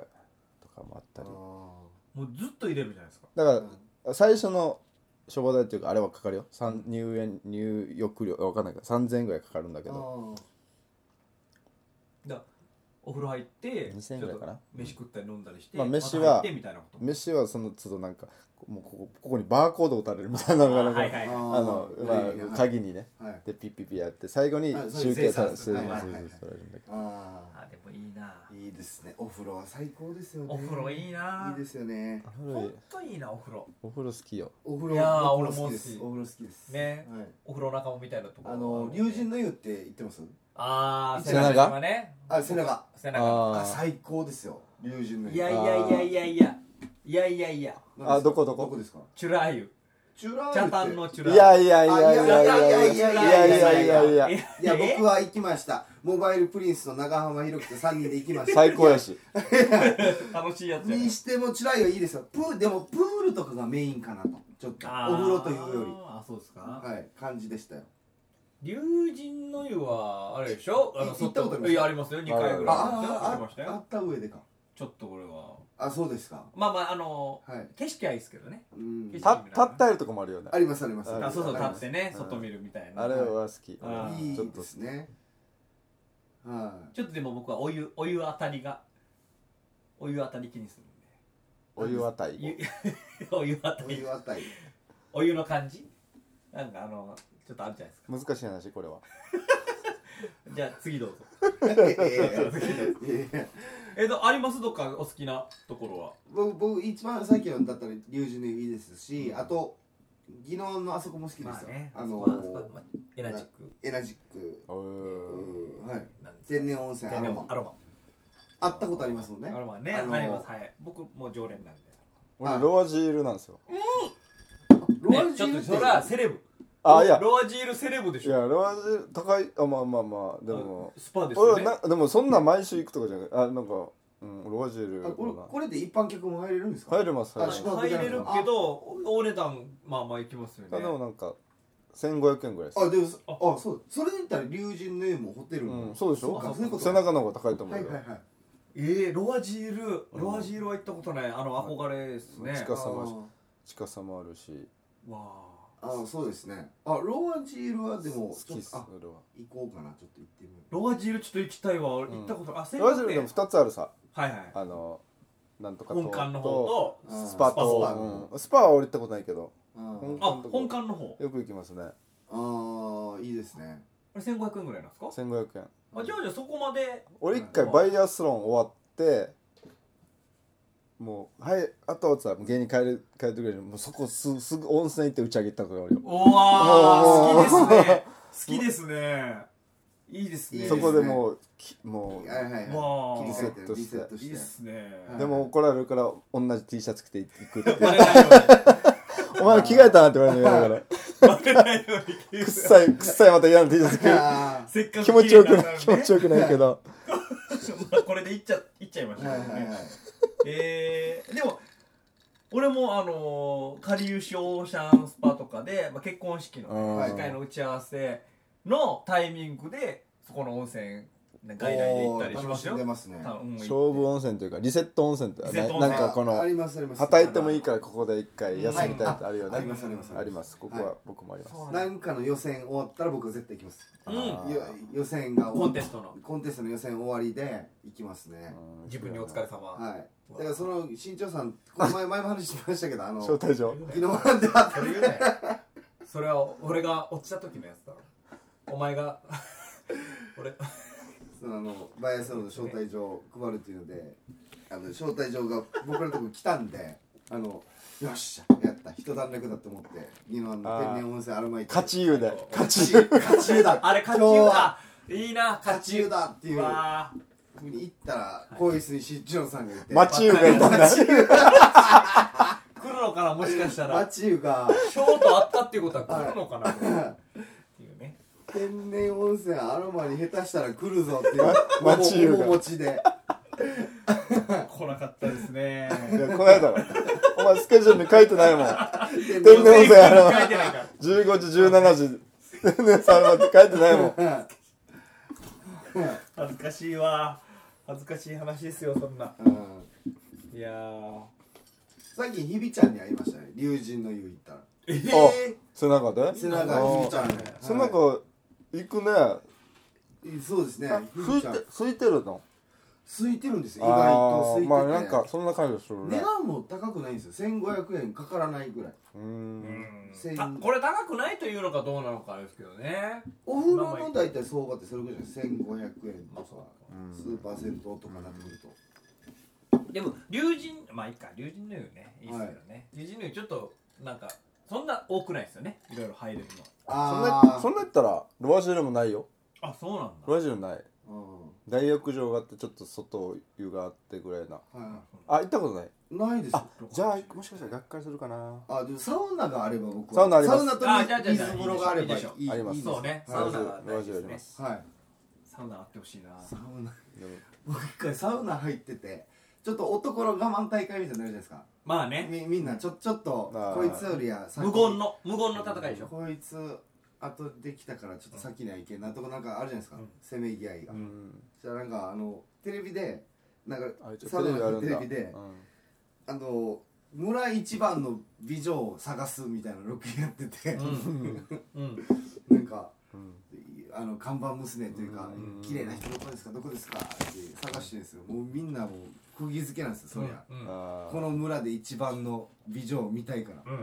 Speaker 3: とかもあった
Speaker 2: あ
Speaker 3: り
Speaker 1: もうずっと入れるじゃないですか
Speaker 3: だから最初の処方代っていうかあれはかかるよさん入園入浴料わかんないけど3000円ぐらいかかるんだけ
Speaker 2: ーあ
Speaker 3: ど
Speaker 2: ー
Speaker 1: だからお風呂入って
Speaker 3: 2000円ぐらいかな
Speaker 1: ちょっと飯食ったり飲んだりして、
Speaker 3: まあ飯は
Speaker 1: また入ってみたいなこと
Speaker 3: 飯はその都度なんかもうここここにバーコード打たれるみたいなのがなんか
Speaker 1: はいはい
Speaker 2: あ
Speaker 1: はい
Speaker 3: あの
Speaker 2: ー
Speaker 3: ま
Speaker 2: いいね
Speaker 3: あ鍵にね
Speaker 2: はい
Speaker 3: でピッピッピやって最後に
Speaker 2: あそう
Speaker 3: 集計され
Speaker 2: 精
Speaker 3: る
Speaker 2: 査する
Speaker 3: そう
Speaker 2: はい
Speaker 3: そう
Speaker 2: はいはい
Speaker 3: そうされるんだけど
Speaker 2: あ
Speaker 1: あでもいいな
Speaker 2: あいいですねお風呂は最高ですよね
Speaker 1: お風呂いいない
Speaker 2: いですよね
Speaker 3: お
Speaker 1: ほ
Speaker 3: 風
Speaker 1: ん
Speaker 3: 呂
Speaker 1: といいなお風呂
Speaker 3: お風呂好きよ
Speaker 2: お風呂
Speaker 1: いやー
Speaker 2: 僕好きですお
Speaker 1: 俺
Speaker 2: 風呂好きです
Speaker 1: ね
Speaker 2: はい
Speaker 1: お風呂仲間みたいなとこ
Speaker 2: あの竜神の湯って言ってます
Speaker 1: ああ
Speaker 3: 背中
Speaker 1: ね
Speaker 2: あ背中
Speaker 1: 背中
Speaker 2: あ
Speaker 3: あ
Speaker 2: 最高ですよ竜神の湯
Speaker 1: いやいやいやいやいやいやいやいや
Speaker 2: なんですか
Speaker 3: あどこどこ
Speaker 2: どこですか
Speaker 1: チュラー油
Speaker 2: チュラー
Speaker 1: チャ
Speaker 2: ルって
Speaker 1: タンのチ
Speaker 3: ー
Speaker 1: ュラー
Speaker 3: いや
Speaker 1: い
Speaker 3: いやいやいやいやいやいやいやいやいや
Speaker 2: いや僕は行きましたモバイルプリンスと長浜ひろきと3人で行きました
Speaker 3: 最高やし
Speaker 1: 楽しいやつや
Speaker 2: にしてもチュラー湯いいですよプーでもプールとかがメインかなとちょっとお
Speaker 1: あー
Speaker 2: 風呂というより
Speaker 1: あそうですか
Speaker 2: はい感じでしたよ
Speaker 1: 竜神の湯はあれでしょあの
Speaker 2: い行ったことあります
Speaker 1: いやありますよ2回ぐらい行
Speaker 2: あ
Speaker 1: きました
Speaker 2: あああ
Speaker 1: よ
Speaker 2: った上でか
Speaker 1: ちょっとこれは
Speaker 2: あそうですか
Speaker 1: まあまああの
Speaker 2: はい
Speaker 1: 景色はいいですけどね
Speaker 2: うん
Speaker 1: い
Speaker 3: た立ったりとかもあるよね
Speaker 2: ありますあります
Speaker 3: あ
Speaker 1: あそうそう
Speaker 2: あり
Speaker 1: 立
Speaker 2: ま
Speaker 1: っ
Speaker 2: す
Speaker 1: てね
Speaker 3: うん
Speaker 1: 外見るみたいな
Speaker 3: あれは好き
Speaker 1: あー
Speaker 2: い
Speaker 3: ちょっ
Speaker 2: い
Speaker 3: と
Speaker 2: ですねはい
Speaker 1: ちょっとでも僕はお湯お湯あたりがお湯あたり気にす
Speaker 3: お湯あた
Speaker 1: るんで
Speaker 3: り
Speaker 1: ゆお湯あた
Speaker 2: お
Speaker 1: り
Speaker 2: 湯あたり
Speaker 1: お湯の感じなんかあのちょっとあるじゃないですか
Speaker 3: 難しい話これは
Speaker 1: じゃあ次どうぞ
Speaker 2: ええ
Speaker 1: えっとありますどっかお好きなところは
Speaker 2: 僕僕一番さっきのだったら龍神の湯いいですし、あと技能のあそこも好きですよ、あの
Speaker 1: そこはそこはまあエ
Speaker 2: エ
Speaker 1: ナジック
Speaker 2: エナジック、うんはい、
Speaker 1: なんです
Speaker 2: 天然温泉アロマ
Speaker 1: アロ
Speaker 2: あったことありますもんね
Speaker 1: マアロマね
Speaker 2: あ
Speaker 1: あ
Speaker 2: の
Speaker 1: りますはい僕もう常連なんで
Speaker 3: 俺ロアジールなんですよ
Speaker 2: ロア
Speaker 1: ね
Speaker 2: ジ
Speaker 1: ちょっ
Speaker 2: ル
Speaker 1: と
Speaker 2: って
Speaker 1: それはセレブ
Speaker 3: あいや
Speaker 1: ロアジールセレブで
Speaker 3: い
Speaker 1: しょ
Speaker 3: やロアジール高いあまあまあまあでも
Speaker 1: スパですよ
Speaker 3: 俺
Speaker 1: ね
Speaker 3: なでもそんな毎週行くとかじゃないあなんか、うん、ロアジー
Speaker 2: あ
Speaker 3: ル
Speaker 2: これこれで一般客も入れるんですか
Speaker 3: 入れます入れ
Speaker 2: あ
Speaker 3: ます
Speaker 2: 宿泊
Speaker 1: 入れるけどおお値段まあまあいきますよ
Speaker 3: あでも
Speaker 1: ね
Speaker 3: なんか1500円ぐらいです
Speaker 2: あでもあそうそれで言ったら龍神の湯もホテルも、
Speaker 3: うん、そうでし
Speaker 2: そうかそういうこ
Speaker 3: ょ
Speaker 2: と
Speaker 3: 背中の方が高いと思
Speaker 2: は
Speaker 3: う
Speaker 2: い
Speaker 3: よ、
Speaker 2: はいはい
Speaker 1: ええロアジールロアジールは行ったことないあの憧れですね
Speaker 3: 近さもあるし近さもあるし
Speaker 1: わあ
Speaker 2: あーそうですねあロアジールはでも
Speaker 3: 好きっす
Speaker 2: ちょっとあ
Speaker 3: 俺は
Speaker 2: 行こうかなちょっと行ってみよう
Speaker 1: ロアジールちょっと行きたいわ行ったことあセレ
Speaker 3: ロア
Speaker 1: ブ
Speaker 3: ジール
Speaker 1: で
Speaker 3: でも2つあるさ
Speaker 1: はいはい
Speaker 3: あのなんとか
Speaker 1: 本館の方と
Speaker 2: と
Speaker 3: スパ
Speaker 1: ス
Speaker 2: パ
Speaker 3: とうんスパは俺行ったことないけど
Speaker 2: あー
Speaker 3: 本
Speaker 1: あ本館の方
Speaker 3: よく行きますね
Speaker 2: あーいいですね
Speaker 1: あれ1500円ぐらいなんですか
Speaker 3: 1500円
Speaker 1: あじゃあじゃあそこまで
Speaker 3: 俺一回バイアスロン終わってもう「はいあと」っつったら芸人帰る帰ってくれるもうそこすすぐ温泉行って打ち上げ行ったから俺
Speaker 1: おわー好
Speaker 4: 好き
Speaker 1: きですね好きで
Speaker 4: ですす
Speaker 1: ねいいですね
Speaker 2: いい
Speaker 3: そこ
Speaker 2: す
Speaker 3: で
Speaker 2: ね
Speaker 3: もうきもう、
Speaker 2: はいはい
Speaker 1: わあ
Speaker 2: はい切り替えてリセット
Speaker 1: い
Speaker 2: し
Speaker 1: いってすね
Speaker 2: はい
Speaker 3: でも怒られるから同じ T シャツ着て行くって
Speaker 1: バレないよ
Speaker 3: 「お前着替えたな」って言われながら
Speaker 1: う
Speaker 3: 「
Speaker 1: にバレないように
Speaker 3: くっさいくっさいまた嫌な T シャツ着 る
Speaker 2: あ
Speaker 1: せっかく
Speaker 3: 気持ちよく
Speaker 1: 綺麗
Speaker 3: な
Speaker 1: だ
Speaker 3: い
Speaker 1: っ
Speaker 3: 気
Speaker 1: たの
Speaker 3: 持
Speaker 1: に
Speaker 3: ちよくないけど
Speaker 1: まあこれでいっちゃいっちゃいまし
Speaker 2: ー
Speaker 1: た
Speaker 2: はい
Speaker 1: け
Speaker 2: は
Speaker 1: ど
Speaker 2: い
Speaker 1: ね、
Speaker 2: はい
Speaker 1: えー、でも俺もあのー、かりゆしオーシャンスパとかで、まあ、結婚式の
Speaker 3: うん
Speaker 2: はい
Speaker 1: 次回の打ち合わせのタイミングでそこの温泉外来で行ったりしますよ
Speaker 2: おー楽んでますね
Speaker 1: 多分うん
Speaker 3: 勝負温泉というかリセット温泉って
Speaker 1: リセット温
Speaker 3: な
Speaker 1: 泉
Speaker 3: なんかこ
Speaker 2: あ
Speaker 3: の
Speaker 2: りますあります
Speaker 3: はたいてもいいからここで一回休みたいってあるよね、
Speaker 2: ありますあります
Speaker 3: ありますここ
Speaker 2: は
Speaker 3: はい僕もあります、
Speaker 1: そうなんだ
Speaker 2: なんかの予選終わったら僕は絶対行きます
Speaker 1: うん
Speaker 3: あー
Speaker 2: よ予選が終
Speaker 1: コ
Speaker 2: わ
Speaker 1: ンテストの
Speaker 2: コンテストの予選終わりで行きますね
Speaker 3: うん
Speaker 1: 自分にお疲れ様、
Speaker 2: はいだからその新潮さんこの前前も話しましたけどあの
Speaker 3: 招待状
Speaker 2: 昨日なんであった
Speaker 1: それ言うなよそれは俺が落ちた時のやつだろお前が俺
Speaker 2: そのあのバイアスロンの招待状を配るっていうのであの招待状が僕らのとこに来たんであのよっしゃやった一段落だと思って二のあの
Speaker 3: あー
Speaker 2: 天然温泉あるまいて
Speaker 3: 勝ち湯で勝ち
Speaker 2: 勝ち勝ち湯だ
Speaker 1: あれ勝ち
Speaker 2: 今日
Speaker 1: 湯
Speaker 2: は
Speaker 1: だいいな
Speaker 2: 勝ち湯だっていう
Speaker 1: わあ
Speaker 2: ふうに言ったら更衣室に新潮さんがいて
Speaker 3: 町湯がいたんだ
Speaker 2: 町湯
Speaker 1: 来るのかなもしかしたら
Speaker 2: 町湯が
Speaker 1: ショートあったっていうことは来るのかなっていうね
Speaker 2: 天然温泉アロマに下手したら来るぞっていう
Speaker 3: ま町湯が
Speaker 2: 面持ちで
Speaker 1: 来なかったですね
Speaker 3: いやこないだろお前スケジュールに書いてないもん
Speaker 2: 天
Speaker 3: 然温
Speaker 1: 全
Speaker 3: 泉
Speaker 1: 然
Speaker 3: あるわ
Speaker 1: 書いてないから
Speaker 3: 15時17時ねさんまって書いてないもん
Speaker 1: 恥ずかしいわ恥ずかしい話ですよそんな
Speaker 2: うん
Speaker 1: いやー
Speaker 2: さっきひびちゃんに会いましたね龍神の湯行ったら
Speaker 1: え
Speaker 3: ー背中で
Speaker 2: 背中ひびちゃんね
Speaker 3: 背中行くね
Speaker 2: はいそうですねひ
Speaker 3: 空
Speaker 2: びち
Speaker 3: いて
Speaker 2: ゃん
Speaker 3: 空いてるの
Speaker 2: 空いてるんですよ意外と
Speaker 3: あ
Speaker 2: 空い
Speaker 3: ー
Speaker 2: てて
Speaker 3: まあなんかそんな感じする
Speaker 2: 値
Speaker 3: ね
Speaker 2: 段も高くないんですよ1500円かからないぐらいう
Speaker 3: ー
Speaker 1: うんん
Speaker 2: 千
Speaker 1: あこれ高くないというのかどうなのかですけどね
Speaker 2: お風呂の大体相場ってそれぐらいです1500円とか
Speaker 3: うん
Speaker 2: スーパー銭湯とかなってくると
Speaker 1: でも龍神まあいいか龍神の湯ねいいですけどね、龍神の湯ちょっとなんかそんな多くないですよねいろいろ入れる
Speaker 3: そん
Speaker 2: あ
Speaker 3: なそ
Speaker 2: ー
Speaker 3: んなやったらロアジルもないよ
Speaker 1: のあそうなん
Speaker 3: ロアジルない
Speaker 2: うん
Speaker 3: 大浴場があってちょっと外湯があってぐらいな
Speaker 2: は
Speaker 3: あ行ったことない
Speaker 2: いないですよ
Speaker 3: じゃあもしかしたらがっかりするかな
Speaker 2: あでもサウナがあれば僕
Speaker 3: サウナあります
Speaker 1: あじ
Speaker 2: サ
Speaker 1: ゃ
Speaker 2: ウナ
Speaker 1: あ
Speaker 2: と
Speaker 1: じゃあじゃ
Speaker 2: 水
Speaker 1: あ
Speaker 2: 風呂があればいい
Speaker 1: い
Speaker 3: しょあります
Speaker 2: いいです
Speaker 1: そうね
Speaker 2: は
Speaker 1: サ
Speaker 2: い
Speaker 1: ウナが大事ロアジルあ
Speaker 3: ロアジルあ
Speaker 1: り
Speaker 3: り
Speaker 1: ま
Speaker 3: ますす
Speaker 2: はい
Speaker 1: サウナあってほしいな
Speaker 2: サウナ
Speaker 3: でも
Speaker 2: 僕一回サウナ入っててちょっと男の我慢大会みたいになるじゃないですか
Speaker 1: まあね
Speaker 2: みみんなちょちょっと
Speaker 3: あー
Speaker 2: こいつよりや先
Speaker 1: 無言の無言の戦いでしょ
Speaker 2: こいつ後できたからちょっと先にはいけんなとこなんかあるじゃないですか、せめぎ合いが、
Speaker 3: うん
Speaker 2: じゃあなんかあのテレビでなんか
Speaker 3: あ一
Speaker 2: サ
Speaker 3: 応
Speaker 2: ウ
Speaker 3: テレ
Speaker 2: ナ
Speaker 3: ビあ
Speaker 2: の
Speaker 3: る
Speaker 2: テ
Speaker 3: ん
Speaker 2: レ
Speaker 3: だ
Speaker 2: ビで、
Speaker 3: うん
Speaker 2: あの村一番の美女を探すみたいなロケやってて、
Speaker 1: うんうん
Speaker 2: なんか
Speaker 3: うん
Speaker 2: あの看板娘というか
Speaker 3: うん
Speaker 2: 綺麗な人どこですかどこですかって探してるんですよもうみんなもう釘付けなんですよそりゃ、
Speaker 1: うん
Speaker 3: あ
Speaker 2: この村で一番の美女を見たいから、
Speaker 1: うん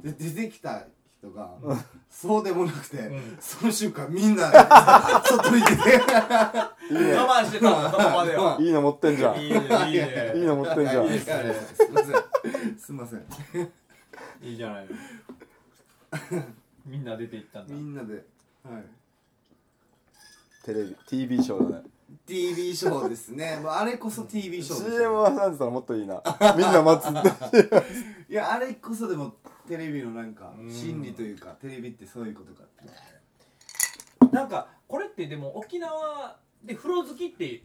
Speaker 2: で出てきた人が、そうでもなくて、
Speaker 1: ん
Speaker 2: その瞬間みん な外に出て
Speaker 1: 我慢してたのそこまでは
Speaker 3: ーいいの持ってんじゃん
Speaker 1: いい
Speaker 3: い
Speaker 1: ねいい
Speaker 3: い
Speaker 1: ね
Speaker 3: の持ってんじゃん
Speaker 2: いやいやいやすいませんすいません
Speaker 1: いいじゃないみんな出ていったんだ
Speaker 2: みんなで、はい、
Speaker 3: テレビ TV ショーだね
Speaker 2: TV ショーですねもうあれこそ TV ショーです
Speaker 3: CM はなんてたらもっといいなみんな待つんだ
Speaker 2: いやあれこそでもテレビのなんか
Speaker 1: うん
Speaker 2: 心理というかテレビってそういうことかって
Speaker 1: なんかこれってでも沖縄で風呂好きって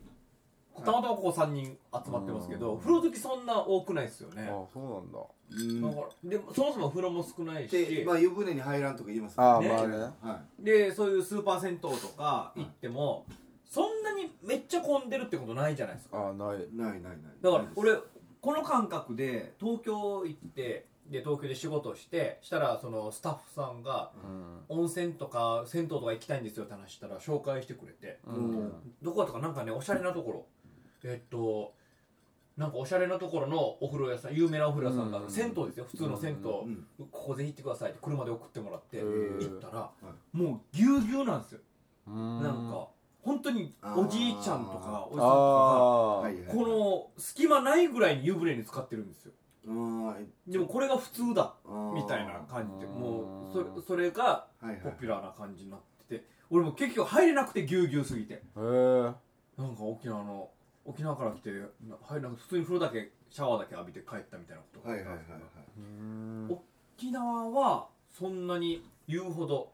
Speaker 1: たまたまここ3人集まってますけど
Speaker 3: うん
Speaker 1: 風呂好きそんな多くないですよ
Speaker 3: あ
Speaker 1: ね
Speaker 3: そうなんだ
Speaker 1: だ
Speaker 2: うん
Speaker 1: からでもそもそも風呂も少ない
Speaker 2: で
Speaker 1: し
Speaker 2: まあ湯船に入らんとか言います
Speaker 3: あ
Speaker 1: ーまあ
Speaker 3: ね
Speaker 2: は
Speaker 1: でそういうスーパー銭湯とか行ってもそんなにめっちゃ混んでるってことないじゃないですか
Speaker 3: あない
Speaker 2: い、ないないない
Speaker 1: だから俺この感覚で東京行ってで東京で仕事をしてしたらそのスタッフさんが
Speaker 3: うん
Speaker 1: 温泉とか銭湯とか行きたいんですよって話したら紹介してくれて
Speaker 3: うん
Speaker 1: どこだったかなんかねおしゃれなところえっとなんかおしゃれなところのお風呂屋さん有名なお風呂屋さんがある
Speaker 3: うん
Speaker 1: 銭湯ですよ普通の銭湯
Speaker 2: う
Speaker 1: こ
Speaker 2: ん
Speaker 1: こぜひ行ってくださいって車で送ってもらって
Speaker 3: へー
Speaker 1: 行ったら
Speaker 2: は
Speaker 1: もうぎゅうぎゅうなんですよ
Speaker 3: な
Speaker 1: なんか本当におじいちゃんとかおじさんとかが
Speaker 3: あ
Speaker 2: は
Speaker 3: あ
Speaker 2: いはいはい
Speaker 1: この隙間ないぐらいに湯船に使ってるんですよ
Speaker 2: あ
Speaker 1: でもこれが普通だ
Speaker 2: ー
Speaker 1: みたいな感じで
Speaker 3: うん
Speaker 1: もうそれそれが
Speaker 2: はいは
Speaker 1: ポ
Speaker 2: い
Speaker 1: ピュラーな感じになってて俺も結局入れなくてぎゅうぎゅうすぎて
Speaker 3: へえ
Speaker 1: なんか沖縄の沖縄から来てな入れなくて普通に風呂だけシャワーだけ浴びて帰ったみたいなことが
Speaker 2: は
Speaker 1: あ
Speaker 2: い
Speaker 1: っ
Speaker 2: はい
Speaker 1: たん
Speaker 2: はい
Speaker 1: ですけど
Speaker 3: うーん
Speaker 1: お沖縄はそんなに言うほど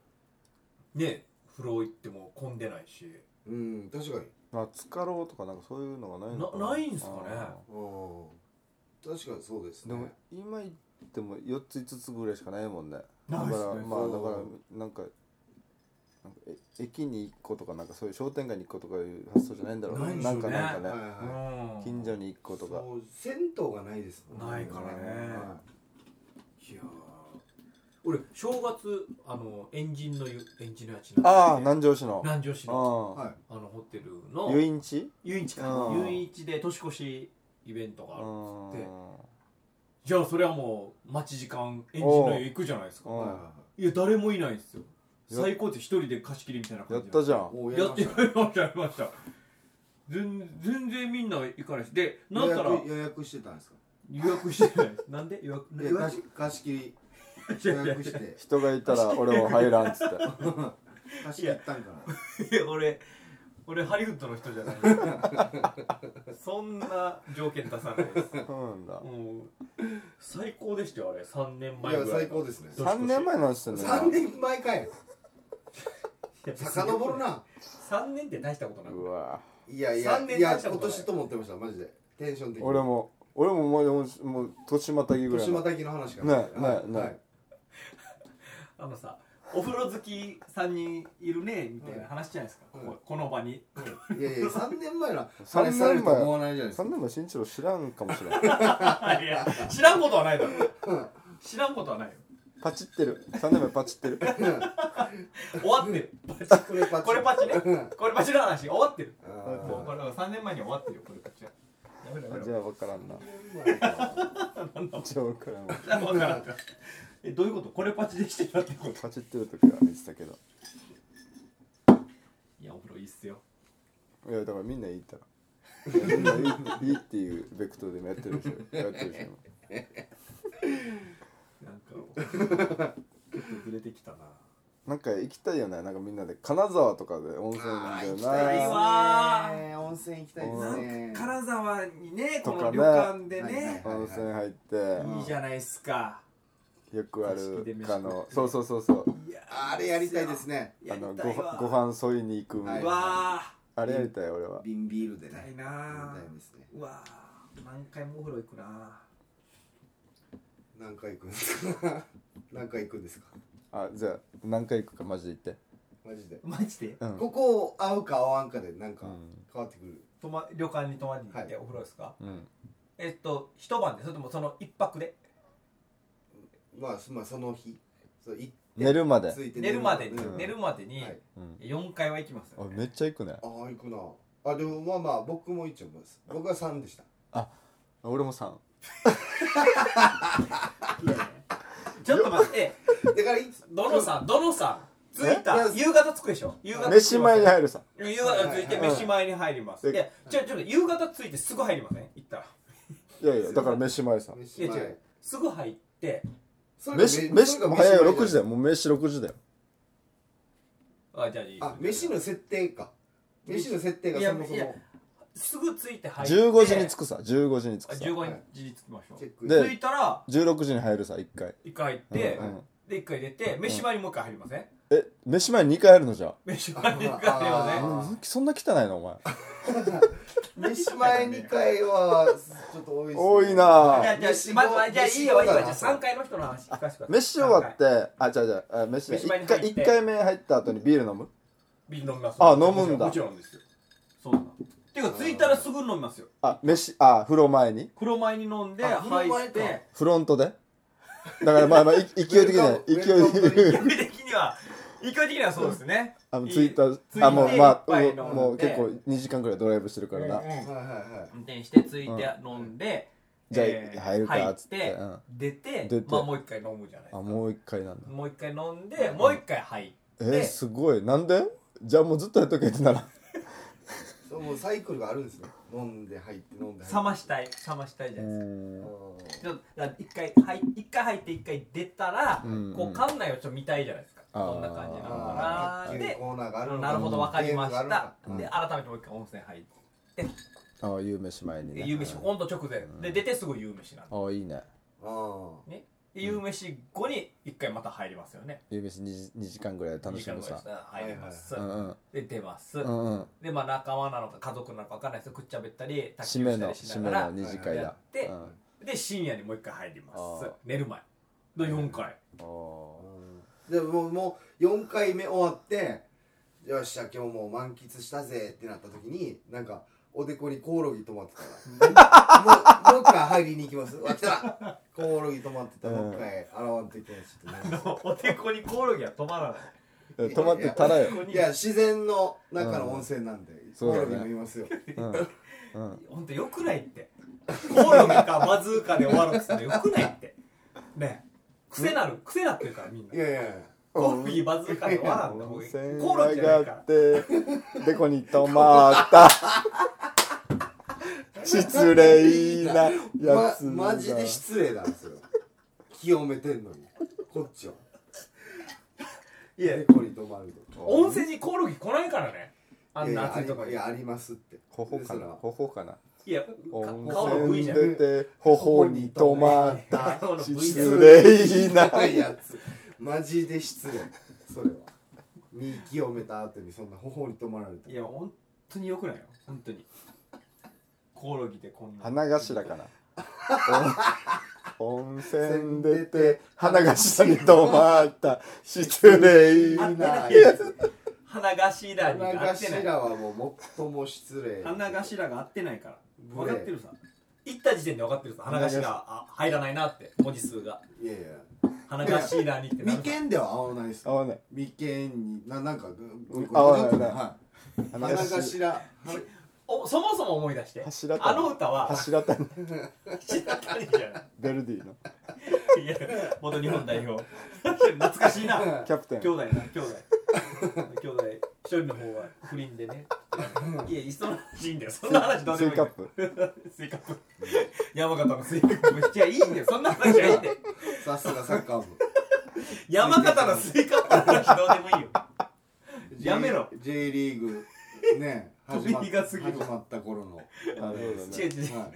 Speaker 1: ね風呂行っても混んでないし
Speaker 2: うん確かに
Speaker 3: 夏かろうとかなんかそういうのがないのか
Speaker 1: なないんすかね
Speaker 3: あ
Speaker 2: あー確かにそうです
Speaker 3: ー
Speaker 2: ね
Speaker 3: でも今行っても4つ5つぐらいしかないもんね
Speaker 1: ないっすね
Speaker 3: だからまあだ
Speaker 2: そう
Speaker 3: からなんかなんかえ駅に1個とかなんかそういう商店街に1個とかいう発想じゃないんだろう
Speaker 1: ないんでしょ
Speaker 3: な
Speaker 1: うんね
Speaker 3: かなん
Speaker 2: は
Speaker 3: か
Speaker 2: い
Speaker 3: ね
Speaker 2: は
Speaker 1: うん
Speaker 3: 近所に1個
Speaker 2: い
Speaker 3: とか
Speaker 2: そう銭湯がないですもん
Speaker 1: ないからね
Speaker 2: はい
Speaker 1: やー俺正月あの엔ジンの湯エンジンのやつ
Speaker 3: ああ
Speaker 1: 南
Speaker 3: 南城市の
Speaker 1: 南城市の
Speaker 3: あ
Speaker 2: は
Speaker 1: あのホテル
Speaker 3: あ
Speaker 1: の
Speaker 3: 遊園地
Speaker 1: 遊園地か
Speaker 3: うん
Speaker 1: 遊園地で年越しイベントがあるっつって
Speaker 3: う
Speaker 1: じゃあそれはもう待ち時間エンジンの湯行くじゃないですか
Speaker 3: ん
Speaker 2: い
Speaker 3: うん
Speaker 2: はい
Speaker 1: や誰もいないんですよ
Speaker 3: や
Speaker 1: 最高って一人で貸し切りみたいな感
Speaker 3: やっ
Speaker 1: じ
Speaker 3: たじゃん
Speaker 2: いおー
Speaker 1: やって
Speaker 2: り
Speaker 1: やりましたやりました全全然みんな行かないしでな
Speaker 2: まし
Speaker 1: ん
Speaker 2: た
Speaker 1: たら
Speaker 2: 予約予約してたんですか
Speaker 1: 予約してないですなんで予約
Speaker 2: いや貸し貸し切り予約して
Speaker 3: 人がいたら俺も入らんっつって
Speaker 2: 貸し切ったんかない
Speaker 1: や俺俺ハリウッドの人じゃない そんな条件出さないです
Speaker 3: そうなんだ
Speaker 1: もう最高でしたよあれ3年
Speaker 2: い
Speaker 1: 前
Speaker 2: や
Speaker 1: ぐらい
Speaker 2: 最高ですね
Speaker 1: どう
Speaker 3: 3年前の話してんだよな
Speaker 2: 3年前かい
Speaker 1: いや
Speaker 2: 遡るな
Speaker 1: 3年って大したことないう
Speaker 3: わ
Speaker 2: いやいや
Speaker 1: 三年
Speaker 2: いや
Speaker 1: 大したこ
Speaker 2: 今
Speaker 1: とない
Speaker 2: 年と思ってましたマジでテンション的に
Speaker 3: 俺も俺ももうもうもう年またぎぐらい
Speaker 2: 年ま
Speaker 3: の
Speaker 2: たぎの話か
Speaker 3: ねえねえねえ
Speaker 1: あのさお風呂好き3人いるねみたいな話じゃないですか、
Speaker 2: うん
Speaker 1: こここの場に
Speaker 2: えいやいや3年前な
Speaker 3: 三
Speaker 2: あ
Speaker 3: 年
Speaker 2: れ
Speaker 3: 前
Speaker 2: されると思わないじゃないです
Speaker 3: 3
Speaker 2: か
Speaker 3: 年前新一郎知らんかもしれない
Speaker 1: いや知らんことはないだろ知らんことはないよ
Speaker 3: パチってる3年前パチって る
Speaker 1: 終わってる
Speaker 2: これパ
Speaker 1: これパチねこれパチの話終わってる
Speaker 2: あー
Speaker 1: もうこれは3年前に終わってるよこれパチはやめろやめろ
Speaker 3: じゃ あ分からんなじゃあ分からんわ
Speaker 1: じゃあ分からんからえどういうことこれパチでしてたってこと
Speaker 3: パチってる時は見てたけど
Speaker 1: いやお風呂いいっすよ
Speaker 3: いやだからみんないいったらみんないいっていいっていうベクトルでもやってるでしょやってるでしょ
Speaker 1: なんかちょっとずれてきたな
Speaker 3: なんか行きたいよねなんかみんなで金沢とかで温泉
Speaker 2: あー
Speaker 3: で
Speaker 2: 行き
Speaker 1: た
Speaker 2: たい
Speaker 1: い
Speaker 2: です
Speaker 1: わ
Speaker 3: な
Speaker 2: ね温泉行きたい
Speaker 3: うん
Speaker 2: ですね
Speaker 1: 金沢にねこ
Speaker 3: とか
Speaker 1: の
Speaker 3: ね
Speaker 1: 旅館で
Speaker 2: はいはい
Speaker 1: ね
Speaker 3: 温泉入
Speaker 1: い
Speaker 3: っ
Speaker 1: いじ
Speaker 3: て
Speaker 1: ゃないっすか
Speaker 3: よく
Speaker 1: 座
Speaker 3: あ
Speaker 1: 敷で
Speaker 3: る
Speaker 1: 飯食
Speaker 3: あ
Speaker 1: っ
Speaker 3: の
Speaker 1: て
Speaker 3: そうそうそうそう
Speaker 1: いや
Speaker 2: あれやりたいですね
Speaker 1: や
Speaker 3: あ
Speaker 1: り
Speaker 3: の
Speaker 1: た
Speaker 3: ご
Speaker 1: いわ
Speaker 3: はご飯添いに行くみた
Speaker 2: はい
Speaker 1: う
Speaker 3: な
Speaker 1: わ
Speaker 3: あれやりたい俺は
Speaker 2: 瓶ビールで
Speaker 1: ーやり
Speaker 2: ね
Speaker 1: たいな
Speaker 2: やりたいですね
Speaker 1: ーうわー何回もお風呂行くな
Speaker 2: 何回行くんですか何回行くんですか
Speaker 3: あじゃあ何回行くかマジで言って
Speaker 2: マジで
Speaker 1: マジで
Speaker 3: うん
Speaker 2: ここ合うか合わんかでなんか
Speaker 3: うん
Speaker 2: 変わってくる
Speaker 1: 泊ま旅館に泊まりに行って
Speaker 2: は
Speaker 1: お風呂ですか
Speaker 3: うん
Speaker 1: えっと一晩でそれともその一泊で
Speaker 2: まあそまあその日そうい
Speaker 3: 寝るまで
Speaker 2: ついて
Speaker 1: 寝るまで
Speaker 2: うん
Speaker 1: 寝るまでに
Speaker 2: はい
Speaker 3: うん
Speaker 1: 4回は行きます
Speaker 3: あ
Speaker 1: よ
Speaker 3: めっちゃ行くね
Speaker 2: ああ行くなあでもまあまあ僕も一応です僕は3でした
Speaker 3: 俺も3
Speaker 1: ちょっと待って
Speaker 2: だからいつ
Speaker 1: どのさんどのさん着いた
Speaker 2: え
Speaker 1: 夕方着くでしょ夕方着きます
Speaker 3: 飯前に入るさ
Speaker 1: 夕方着いて飯前に入ります
Speaker 3: はい
Speaker 1: いやちょちょっと夕方着いてすぐ入りません行ったら
Speaker 3: いやいやだから飯前さ
Speaker 1: い
Speaker 2: 飯
Speaker 1: や違うすぐ入って
Speaker 2: それが
Speaker 3: 飯
Speaker 2: め
Speaker 3: 飯
Speaker 2: それが
Speaker 3: もう早いよ
Speaker 2: 前
Speaker 3: 6時だよもう飯6時だよ
Speaker 1: あじゃあいい
Speaker 2: あ飯の設定か飯の設定が
Speaker 1: いや
Speaker 2: そもそ
Speaker 1: いや
Speaker 2: も
Speaker 1: すぐ着いて入って
Speaker 3: 15時に着くさ15時に着
Speaker 1: あ
Speaker 3: くさ
Speaker 1: 15時に着きましょ
Speaker 2: チェ
Speaker 1: う
Speaker 2: ック
Speaker 3: で
Speaker 1: 着いたら
Speaker 3: 16時に入るさ1回
Speaker 1: 一回入って、
Speaker 3: うんうん
Speaker 1: で一回出て飯前にもう一回入りません、
Speaker 3: え飯前に2回入るのじゃ
Speaker 1: 飯前にもう一回入りません
Speaker 2: あ
Speaker 3: あそんな汚いのお前
Speaker 2: 飯前2回はちょっと多いですね
Speaker 3: 多いな
Speaker 1: じゃあ、じゃあ、まずは、じゃあ、いいよ、いいよ、じゃあ、三回の人の話聞かせてください。
Speaker 3: 飯終わってあじゃあじゃああ飯
Speaker 1: 飯前に入
Speaker 3: 1回
Speaker 1: って
Speaker 3: 一回目入った後にビール飲む
Speaker 1: ビール飲みます。
Speaker 3: あ飲むんだ
Speaker 1: もちろんですよ。そうなんだ。ていうか、着いたらすぐ飲みますよ。
Speaker 3: あ飯あ風呂前に
Speaker 1: 黒米に飲んで、
Speaker 2: あ黒米か
Speaker 1: 入って。
Speaker 3: フロントでだからまあまあい勢い的には
Speaker 2: ウ
Speaker 3: 勢
Speaker 2: ェ
Speaker 3: い
Speaker 2: ル
Speaker 3: 的
Speaker 2: カムウェル
Speaker 1: 勢
Speaker 3: に
Speaker 1: い的には、勢い的にはそうですね。
Speaker 3: あの
Speaker 1: い
Speaker 3: ツイッター
Speaker 1: 着いて
Speaker 3: あもうまあ
Speaker 1: いっぱい
Speaker 3: も
Speaker 1: 飲んで
Speaker 3: うもう結構2時間くらいドライブしてるからな
Speaker 2: はいはいはい
Speaker 1: 運転して、着いて、飲んで。
Speaker 3: じゃあ
Speaker 1: えー
Speaker 3: 入るかっつって
Speaker 1: 入
Speaker 3: うん
Speaker 1: 出て
Speaker 3: 出て、
Speaker 1: まあ、もう一回飲むじゃないです
Speaker 3: あ
Speaker 1: か。
Speaker 3: もう1回なんだ
Speaker 1: もう一回飲んで、もう一回入って。
Speaker 3: えーすごいなんでじゃあもうずっとやっとけってなら
Speaker 2: そうもうサイクルがあるんですね飲んで入って飲ん
Speaker 1: 冷
Speaker 2: で入って
Speaker 1: ましたい冷ましたいじゃないですか
Speaker 2: あ
Speaker 3: ん
Speaker 1: ちょっとだから一回はい一回入って一回出たら、
Speaker 3: うん
Speaker 1: こう館内をちょっと見たいじゃないですか
Speaker 3: あー
Speaker 1: どんな感じなの
Speaker 2: あ
Speaker 1: かな
Speaker 2: ー卓球
Speaker 1: で
Speaker 2: コーナーがあるのか
Speaker 1: なるほど分かりまし
Speaker 2: ゲームがあ
Speaker 1: た
Speaker 2: る、のか
Speaker 1: で改めてもう一回温泉入って
Speaker 3: ああ夕飯前にね
Speaker 1: 夕飯ほんと直前、で出てすぐ夕飯なんで
Speaker 3: ああいいね
Speaker 2: あ
Speaker 1: ねで夕飯後に一回また入りますよね
Speaker 3: 夕飯 2, 二時間ぐらい楽しむ
Speaker 1: 時間
Speaker 3: さ
Speaker 1: ぐらいしたら入ります、
Speaker 3: うんうん
Speaker 1: で出ます、
Speaker 3: うんうん
Speaker 1: でまあ仲間なのか家族なのか分かんないですけどくっちゃべったり卓
Speaker 3: 締
Speaker 1: 球
Speaker 3: め
Speaker 1: した
Speaker 3: の
Speaker 1: りし
Speaker 3: 締
Speaker 1: な
Speaker 3: め
Speaker 1: がら
Speaker 3: の二次会だ
Speaker 1: やって
Speaker 3: うんあ
Speaker 1: で深夜にもう一回入ります
Speaker 3: あー
Speaker 1: 寝る前の4回、
Speaker 2: あ
Speaker 3: あ
Speaker 2: うんでもうもう4回目終わってよっしゃ今日もう満喫したぜってなった時になんかおでこにコオロギ止まってたらもう もう一回入りに行きますわ来たコオロギ止まってたらもう一回洗わんといけないちょっとね
Speaker 1: おでこにコオロギは止まらない
Speaker 3: 止まってたらよ
Speaker 1: ここに
Speaker 2: いや自然の中の温泉なんで、
Speaker 3: そう
Speaker 2: コオ
Speaker 3: だ
Speaker 2: ロ
Speaker 3: ね
Speaker 2: ギもいますよ、
Speaker 3: うんうん
Speaker 1: ほんとよくないってコオロギかバズーカで終わろうっつったらよくないってね癖なる癖なってるからみんない
Speaker 2: やいやいや
Speaker 1: コオロギバズーカで終わらんだも
Speaker 3: 温
Speaker 1: う
Speaker 3: 泉
Speaker 1: コオロギ
Speaker 3: 上
Speaker 1: じゃな
Speaker 3: が
Speaker 1: いから
Speaker 3: ってでこに止まった失礼なやつ
Speaker 2: ま、マジで失礼なんですよ清めてんのにこっちはい
Speaker 1: や
Speaker 2: でこに止まると
Speaker 1: 温泉にコオロギ来ないからねあん
Speaker 2: いや
Speaker 1: ない
Speaker 2: や
Speaker 1: 暑いとこ
Speaker 2: あり
Speaker 1: に
Speaker 2: いやありますって
Speaker 3: 頬かな
Speaker 2: ですら
Speaker 3: 頬かない
Speaker 1: や
Speaker 3: 温
Speaker 1: 顔の部位
Speaker 3: 泉
Speaker 1: じゃん
Speaker 3: 出て頬に止まった
Speaker 1: 顔の部位じゃん
Speaker 3: 失礼 な
Speaker 2: ないやつマジで失礼それは身清めた後にそんな頬に止まられた
Speaker 1: いや本当によくないよ本当にコオロギでこんな
Speaker 3: 花頭かな温泉出て花頭に止まった失礼
Speaker 1: 合って
Speaker 3: な
Speaker 1: ない
Speaker 2: や
Speaker 1: 花頭に
Speaker 2: 花
Speaker 1: 合ってない
Speaker 2: 頭はもう最も失礼
Speaker 1: 花頭が合ってないから
Speaker 2: 無
Speaker 1: 分
Speaker 2: 礼
Speaker 1: かってるさ行った時点で分かってるさ花頭あ入らないなって文字数が
Speaker 2: いやいや
Speaker 1: 花頭にってなる
Speaker 2: 眉
Speaker 1: さ
Speaker 2: 間では合わないです
Speaker 3: 合わない
Speaker 2: 眉間にななんか合
Speaker 3: 合わない
Speaker 2: はい
Speaker 3: 花
Speaker 2: 花
Speaker 3: 頭
Speaker 2: 頭
Speaker 1: おそもそも思い出して
Speaker 3: 柱
Speaker 1: あ
Speaker 3: 谷
Speaker 1: の歌は
Speaker 3: 柱谷
Speaker 1: 柱谷じゃな
Speaker 3: ベルディの
Speaker 1: いいや元日本代 表懐かしいな
Speaker 3: キャプテン
Speaker 1: 兄弟な兄弟 兄弟一人の方は不倫でねいや忙しいんだよそんな話どうでも
Speaker 3: スイ
Speaker 1: いい
Speaker 3: カップ
Speaker 1: スイカップ山形のスイカップいやいいんだよそんな話はいいんだよ
Speaker 2: さすがサッカー部
Speaker 1: 山形のスイカップの話どうでもいいよ やめろ
Speaker 2: J J リーグ ね
Speaker 1: 飛
Speaker 2: 始
Speaker 1: び
Speaker 2: まっ
Speaker 1: 火が過ぎる
Speaker 2: 始まった頃 のあれです
Speaker 1: 違う違う違う
Speaker 2: はい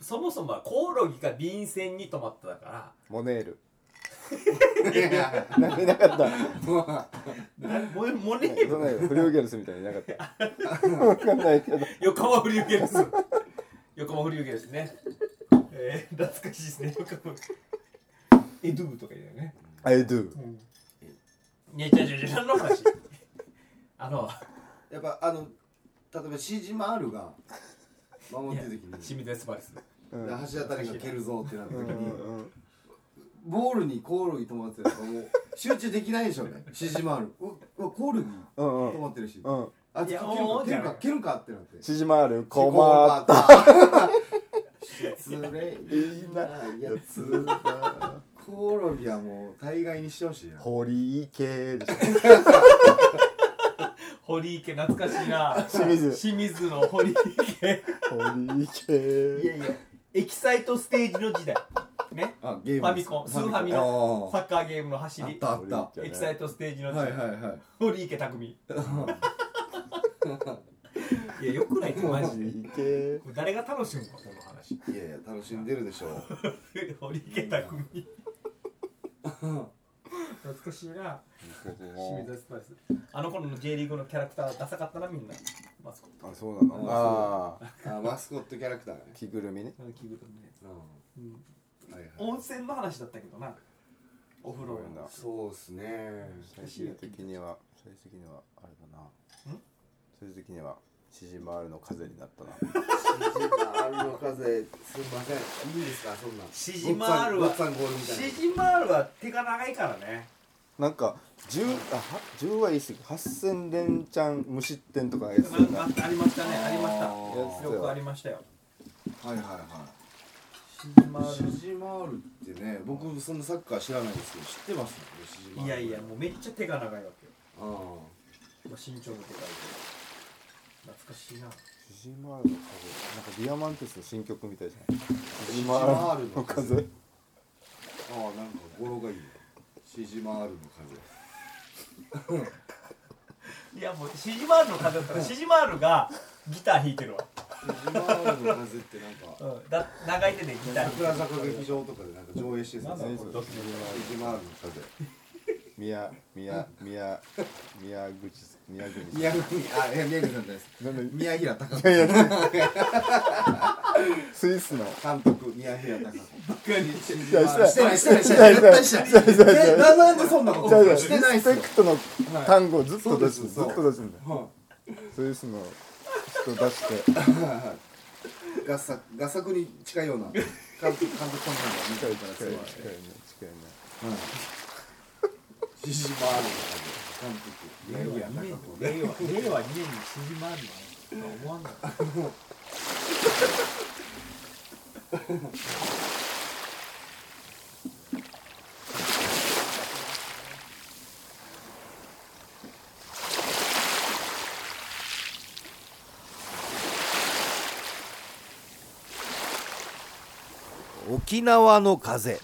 Speaker 1: そもそもはコオロギが便箋に止まっただか
Speaker 3: モネール
Speaker 2: いやいや
Speaker 3: なんかいなかった
Speaker 2: もう
Speaker 1: らモモネ
Speaker 3: そんなフリオゲルスみたいにいなかったわかんないけど
Speaker 1: 横浜フリューゲルス横浜フリューゲルスねえー、懐かしいですね横浜エドゥとか言うよね
Speaker 3: I do
Speaker 1: いや違う違う違う何の話 あの
Speaker 2: やっぱあの例えばシジマールが守
Speaker 1: い
Speaker 2: っ
Speaker 1: や
Speaker 2: てる時に
Speaker 1: 清水エスパルス
Speaker 3: うん
Speaker 2: 橋渡りが蹴るぞってなった時
Speaker 3: う
Speaker 2: に、
Speaker 3: んうん
Speaker 2: ボールにコオロギ止まってたらもう集中できないでしょうねシジマールううわコオロギ
Speaker 3: うん
Speaker 2: 止まってるし、
Speaker 3: うんうん
Speaker 2: あいつ
Speaker 1: い
Speaker 2: 蹴
Speaker 1: や
Speaker 2: るか
Speaker 1: もう
Speaker 2: 蹴る
Speaker 1: じゃ
Speaker 2: か
Speaker 1: あ
Speaker 2: 蹴るかってなって
Speaker 3: 縮まる困った
Speaker 2: た失礼
Speaker 3: いな
Speaker 2: やつだコオロギはもう大概にしてほしいな
Speaker 3: 堀池でしょ
Speaker 1: 堀池懐かしいな
Speaker 3: 清水
Speaker 1: 清水の堀池
Speaker 3: 堀池
Speaker 1: いやいやエキサイトステージの時代ね
Speaker 2: あゲーム
Speaker 1: ファミコンスーファミのサ
Speaker 2: あ
Speaker 1: ッカーゲームの走
Speaker 2: ーあっ
Speaker 1: り
Speaker 2: たあった
Speaker 1: エキサイトステージの時
Speaker 2: は
Speaker 1: 代、
Speaker 2: いはいはい
Speaker 1: 堀池匠いやよくないってマジで
Speaker 3: 堀池
Speaker 1: これ誰が楽しむかこの話
Speaker 2: いやいや楽しんでるでしょう
Speaker 1: 堀池匠懐かしいな清水スパイスあの頃の J リーグのキャラクターダサかったなみんなマスコット
Speaker 3: あそうなのああ
Speaker 2: あマスコットキャラクターね、
Speaker 3: 着ぐるみね
Speaker 1: あの着ぐるみねう
Speaker 2: う
Speaker 1: ん
Speaker 2: んはいはい、
Speaker 1: 温泉の話だったけどなお風呂の
Speaker 2: そうっすね
Speaker 3: 最終的には最終的にはあれだな最終的には縮まるの風になったな
Speaker 2: あるの風すみませんいいですかそんな
Speaker 1: シジマールは
Speaker 2: ごっつぁんごっつぁんゴールみたいな
Speaker 1: シジマールは手が長いからね
Speaker 3: なんか10あは10は言い過ぎ8000連チャン無失点とかや
Speaker 1: な
Speaker 3: つだ
Speaker 1: んか
Speaker 3: な
Speaker 1: ありましたねありまし
Speaker 2: あ
Speaker 3: ー
Speaker 1: たよくありましたよ
Speaker 2: はいはいは
Speaker 1: シジマ
Speaker 2: い
Speaker 1: ー
Speaker 2: シジマールってね僕そんなサッカー知らないんですけど知ってますねシジマ
Speaker 1: ル
Speaker 2: ー
Speaker 1: いやい
Speaker 2: ル
Speaker 1: やもうめっちゃ手が長いわけよ
Speaker 2: あ
Speaker 1: まあ、身長のでかい懐かしいな
Speaker 3: ジジマールの風なんかディアマンテスの新曲みたいじゃないシジ
Speaker 2: マールの風
Speaker 3: 風
Speaker 2: ああなんか語呂がいいねシジマールの風
Speaker 1: いやもうシジマールの風だ ったらシジマールがギター弾いてるわ、
Speaker 2: シジマールの風ってなん
Speaker 1: う
Speaker 2: か
Speaker 1: ん、だ長い手でギター弾いてる
Speaker 2: 桜坂劇場とかでなんか上映してるんです
Speaker 1: なん
Speaker 2: よ
Speaker 1: だこれドキュメン
Speaker 2: シジマールの風
Speaker 3: 宮宮宮宮口宮口
Speaker 2: 宮国あいや宮国さんです
Speaker 3: なんで
Speaker 2: 宮平隆
Speaker 3: いやいやスイスの
Speaker 2: 監督宮平隆ばっかりして
Speaker 3: いやしてない
Speaker 2: ないしてないしてない絶対してない
Speaker 3: してないしてない
Speaker 2: えななんでそんなこ
Speaker 3: じゃ
Speaker 2: と
Speaker 3: あ
Speaker 2: してない
Speaker 3: リ
Speaker 2: っ
Speaker 3: ス
Speaker 2: すよ
Speaker 3: ペクトの単語をずっと出す、
Speaker 2: はい
Speaker 3: ずっと出すんだよ
Speaker 2: は
Speaker 3: スイスの人出して
Speaker 2: いはいはい合作合作に近いような監督監督こんなのが見た
Speaker 3: 近い
Speaker 2: いか
Speaker 3: 近い
Speaker 2: らすご
Speaker 3: 近い
Speaker 2: い
Speaker 3: ね
Speaker 2: はい
Speaker 3: 近いね
Speaker 2: シジマールの風監督宮平隆子
Speaker 1: 令
Speaker 2: ね
Speaker 1: 和令和2年にシジマールなんて思わんかった
Speaker 4: 沖縄の風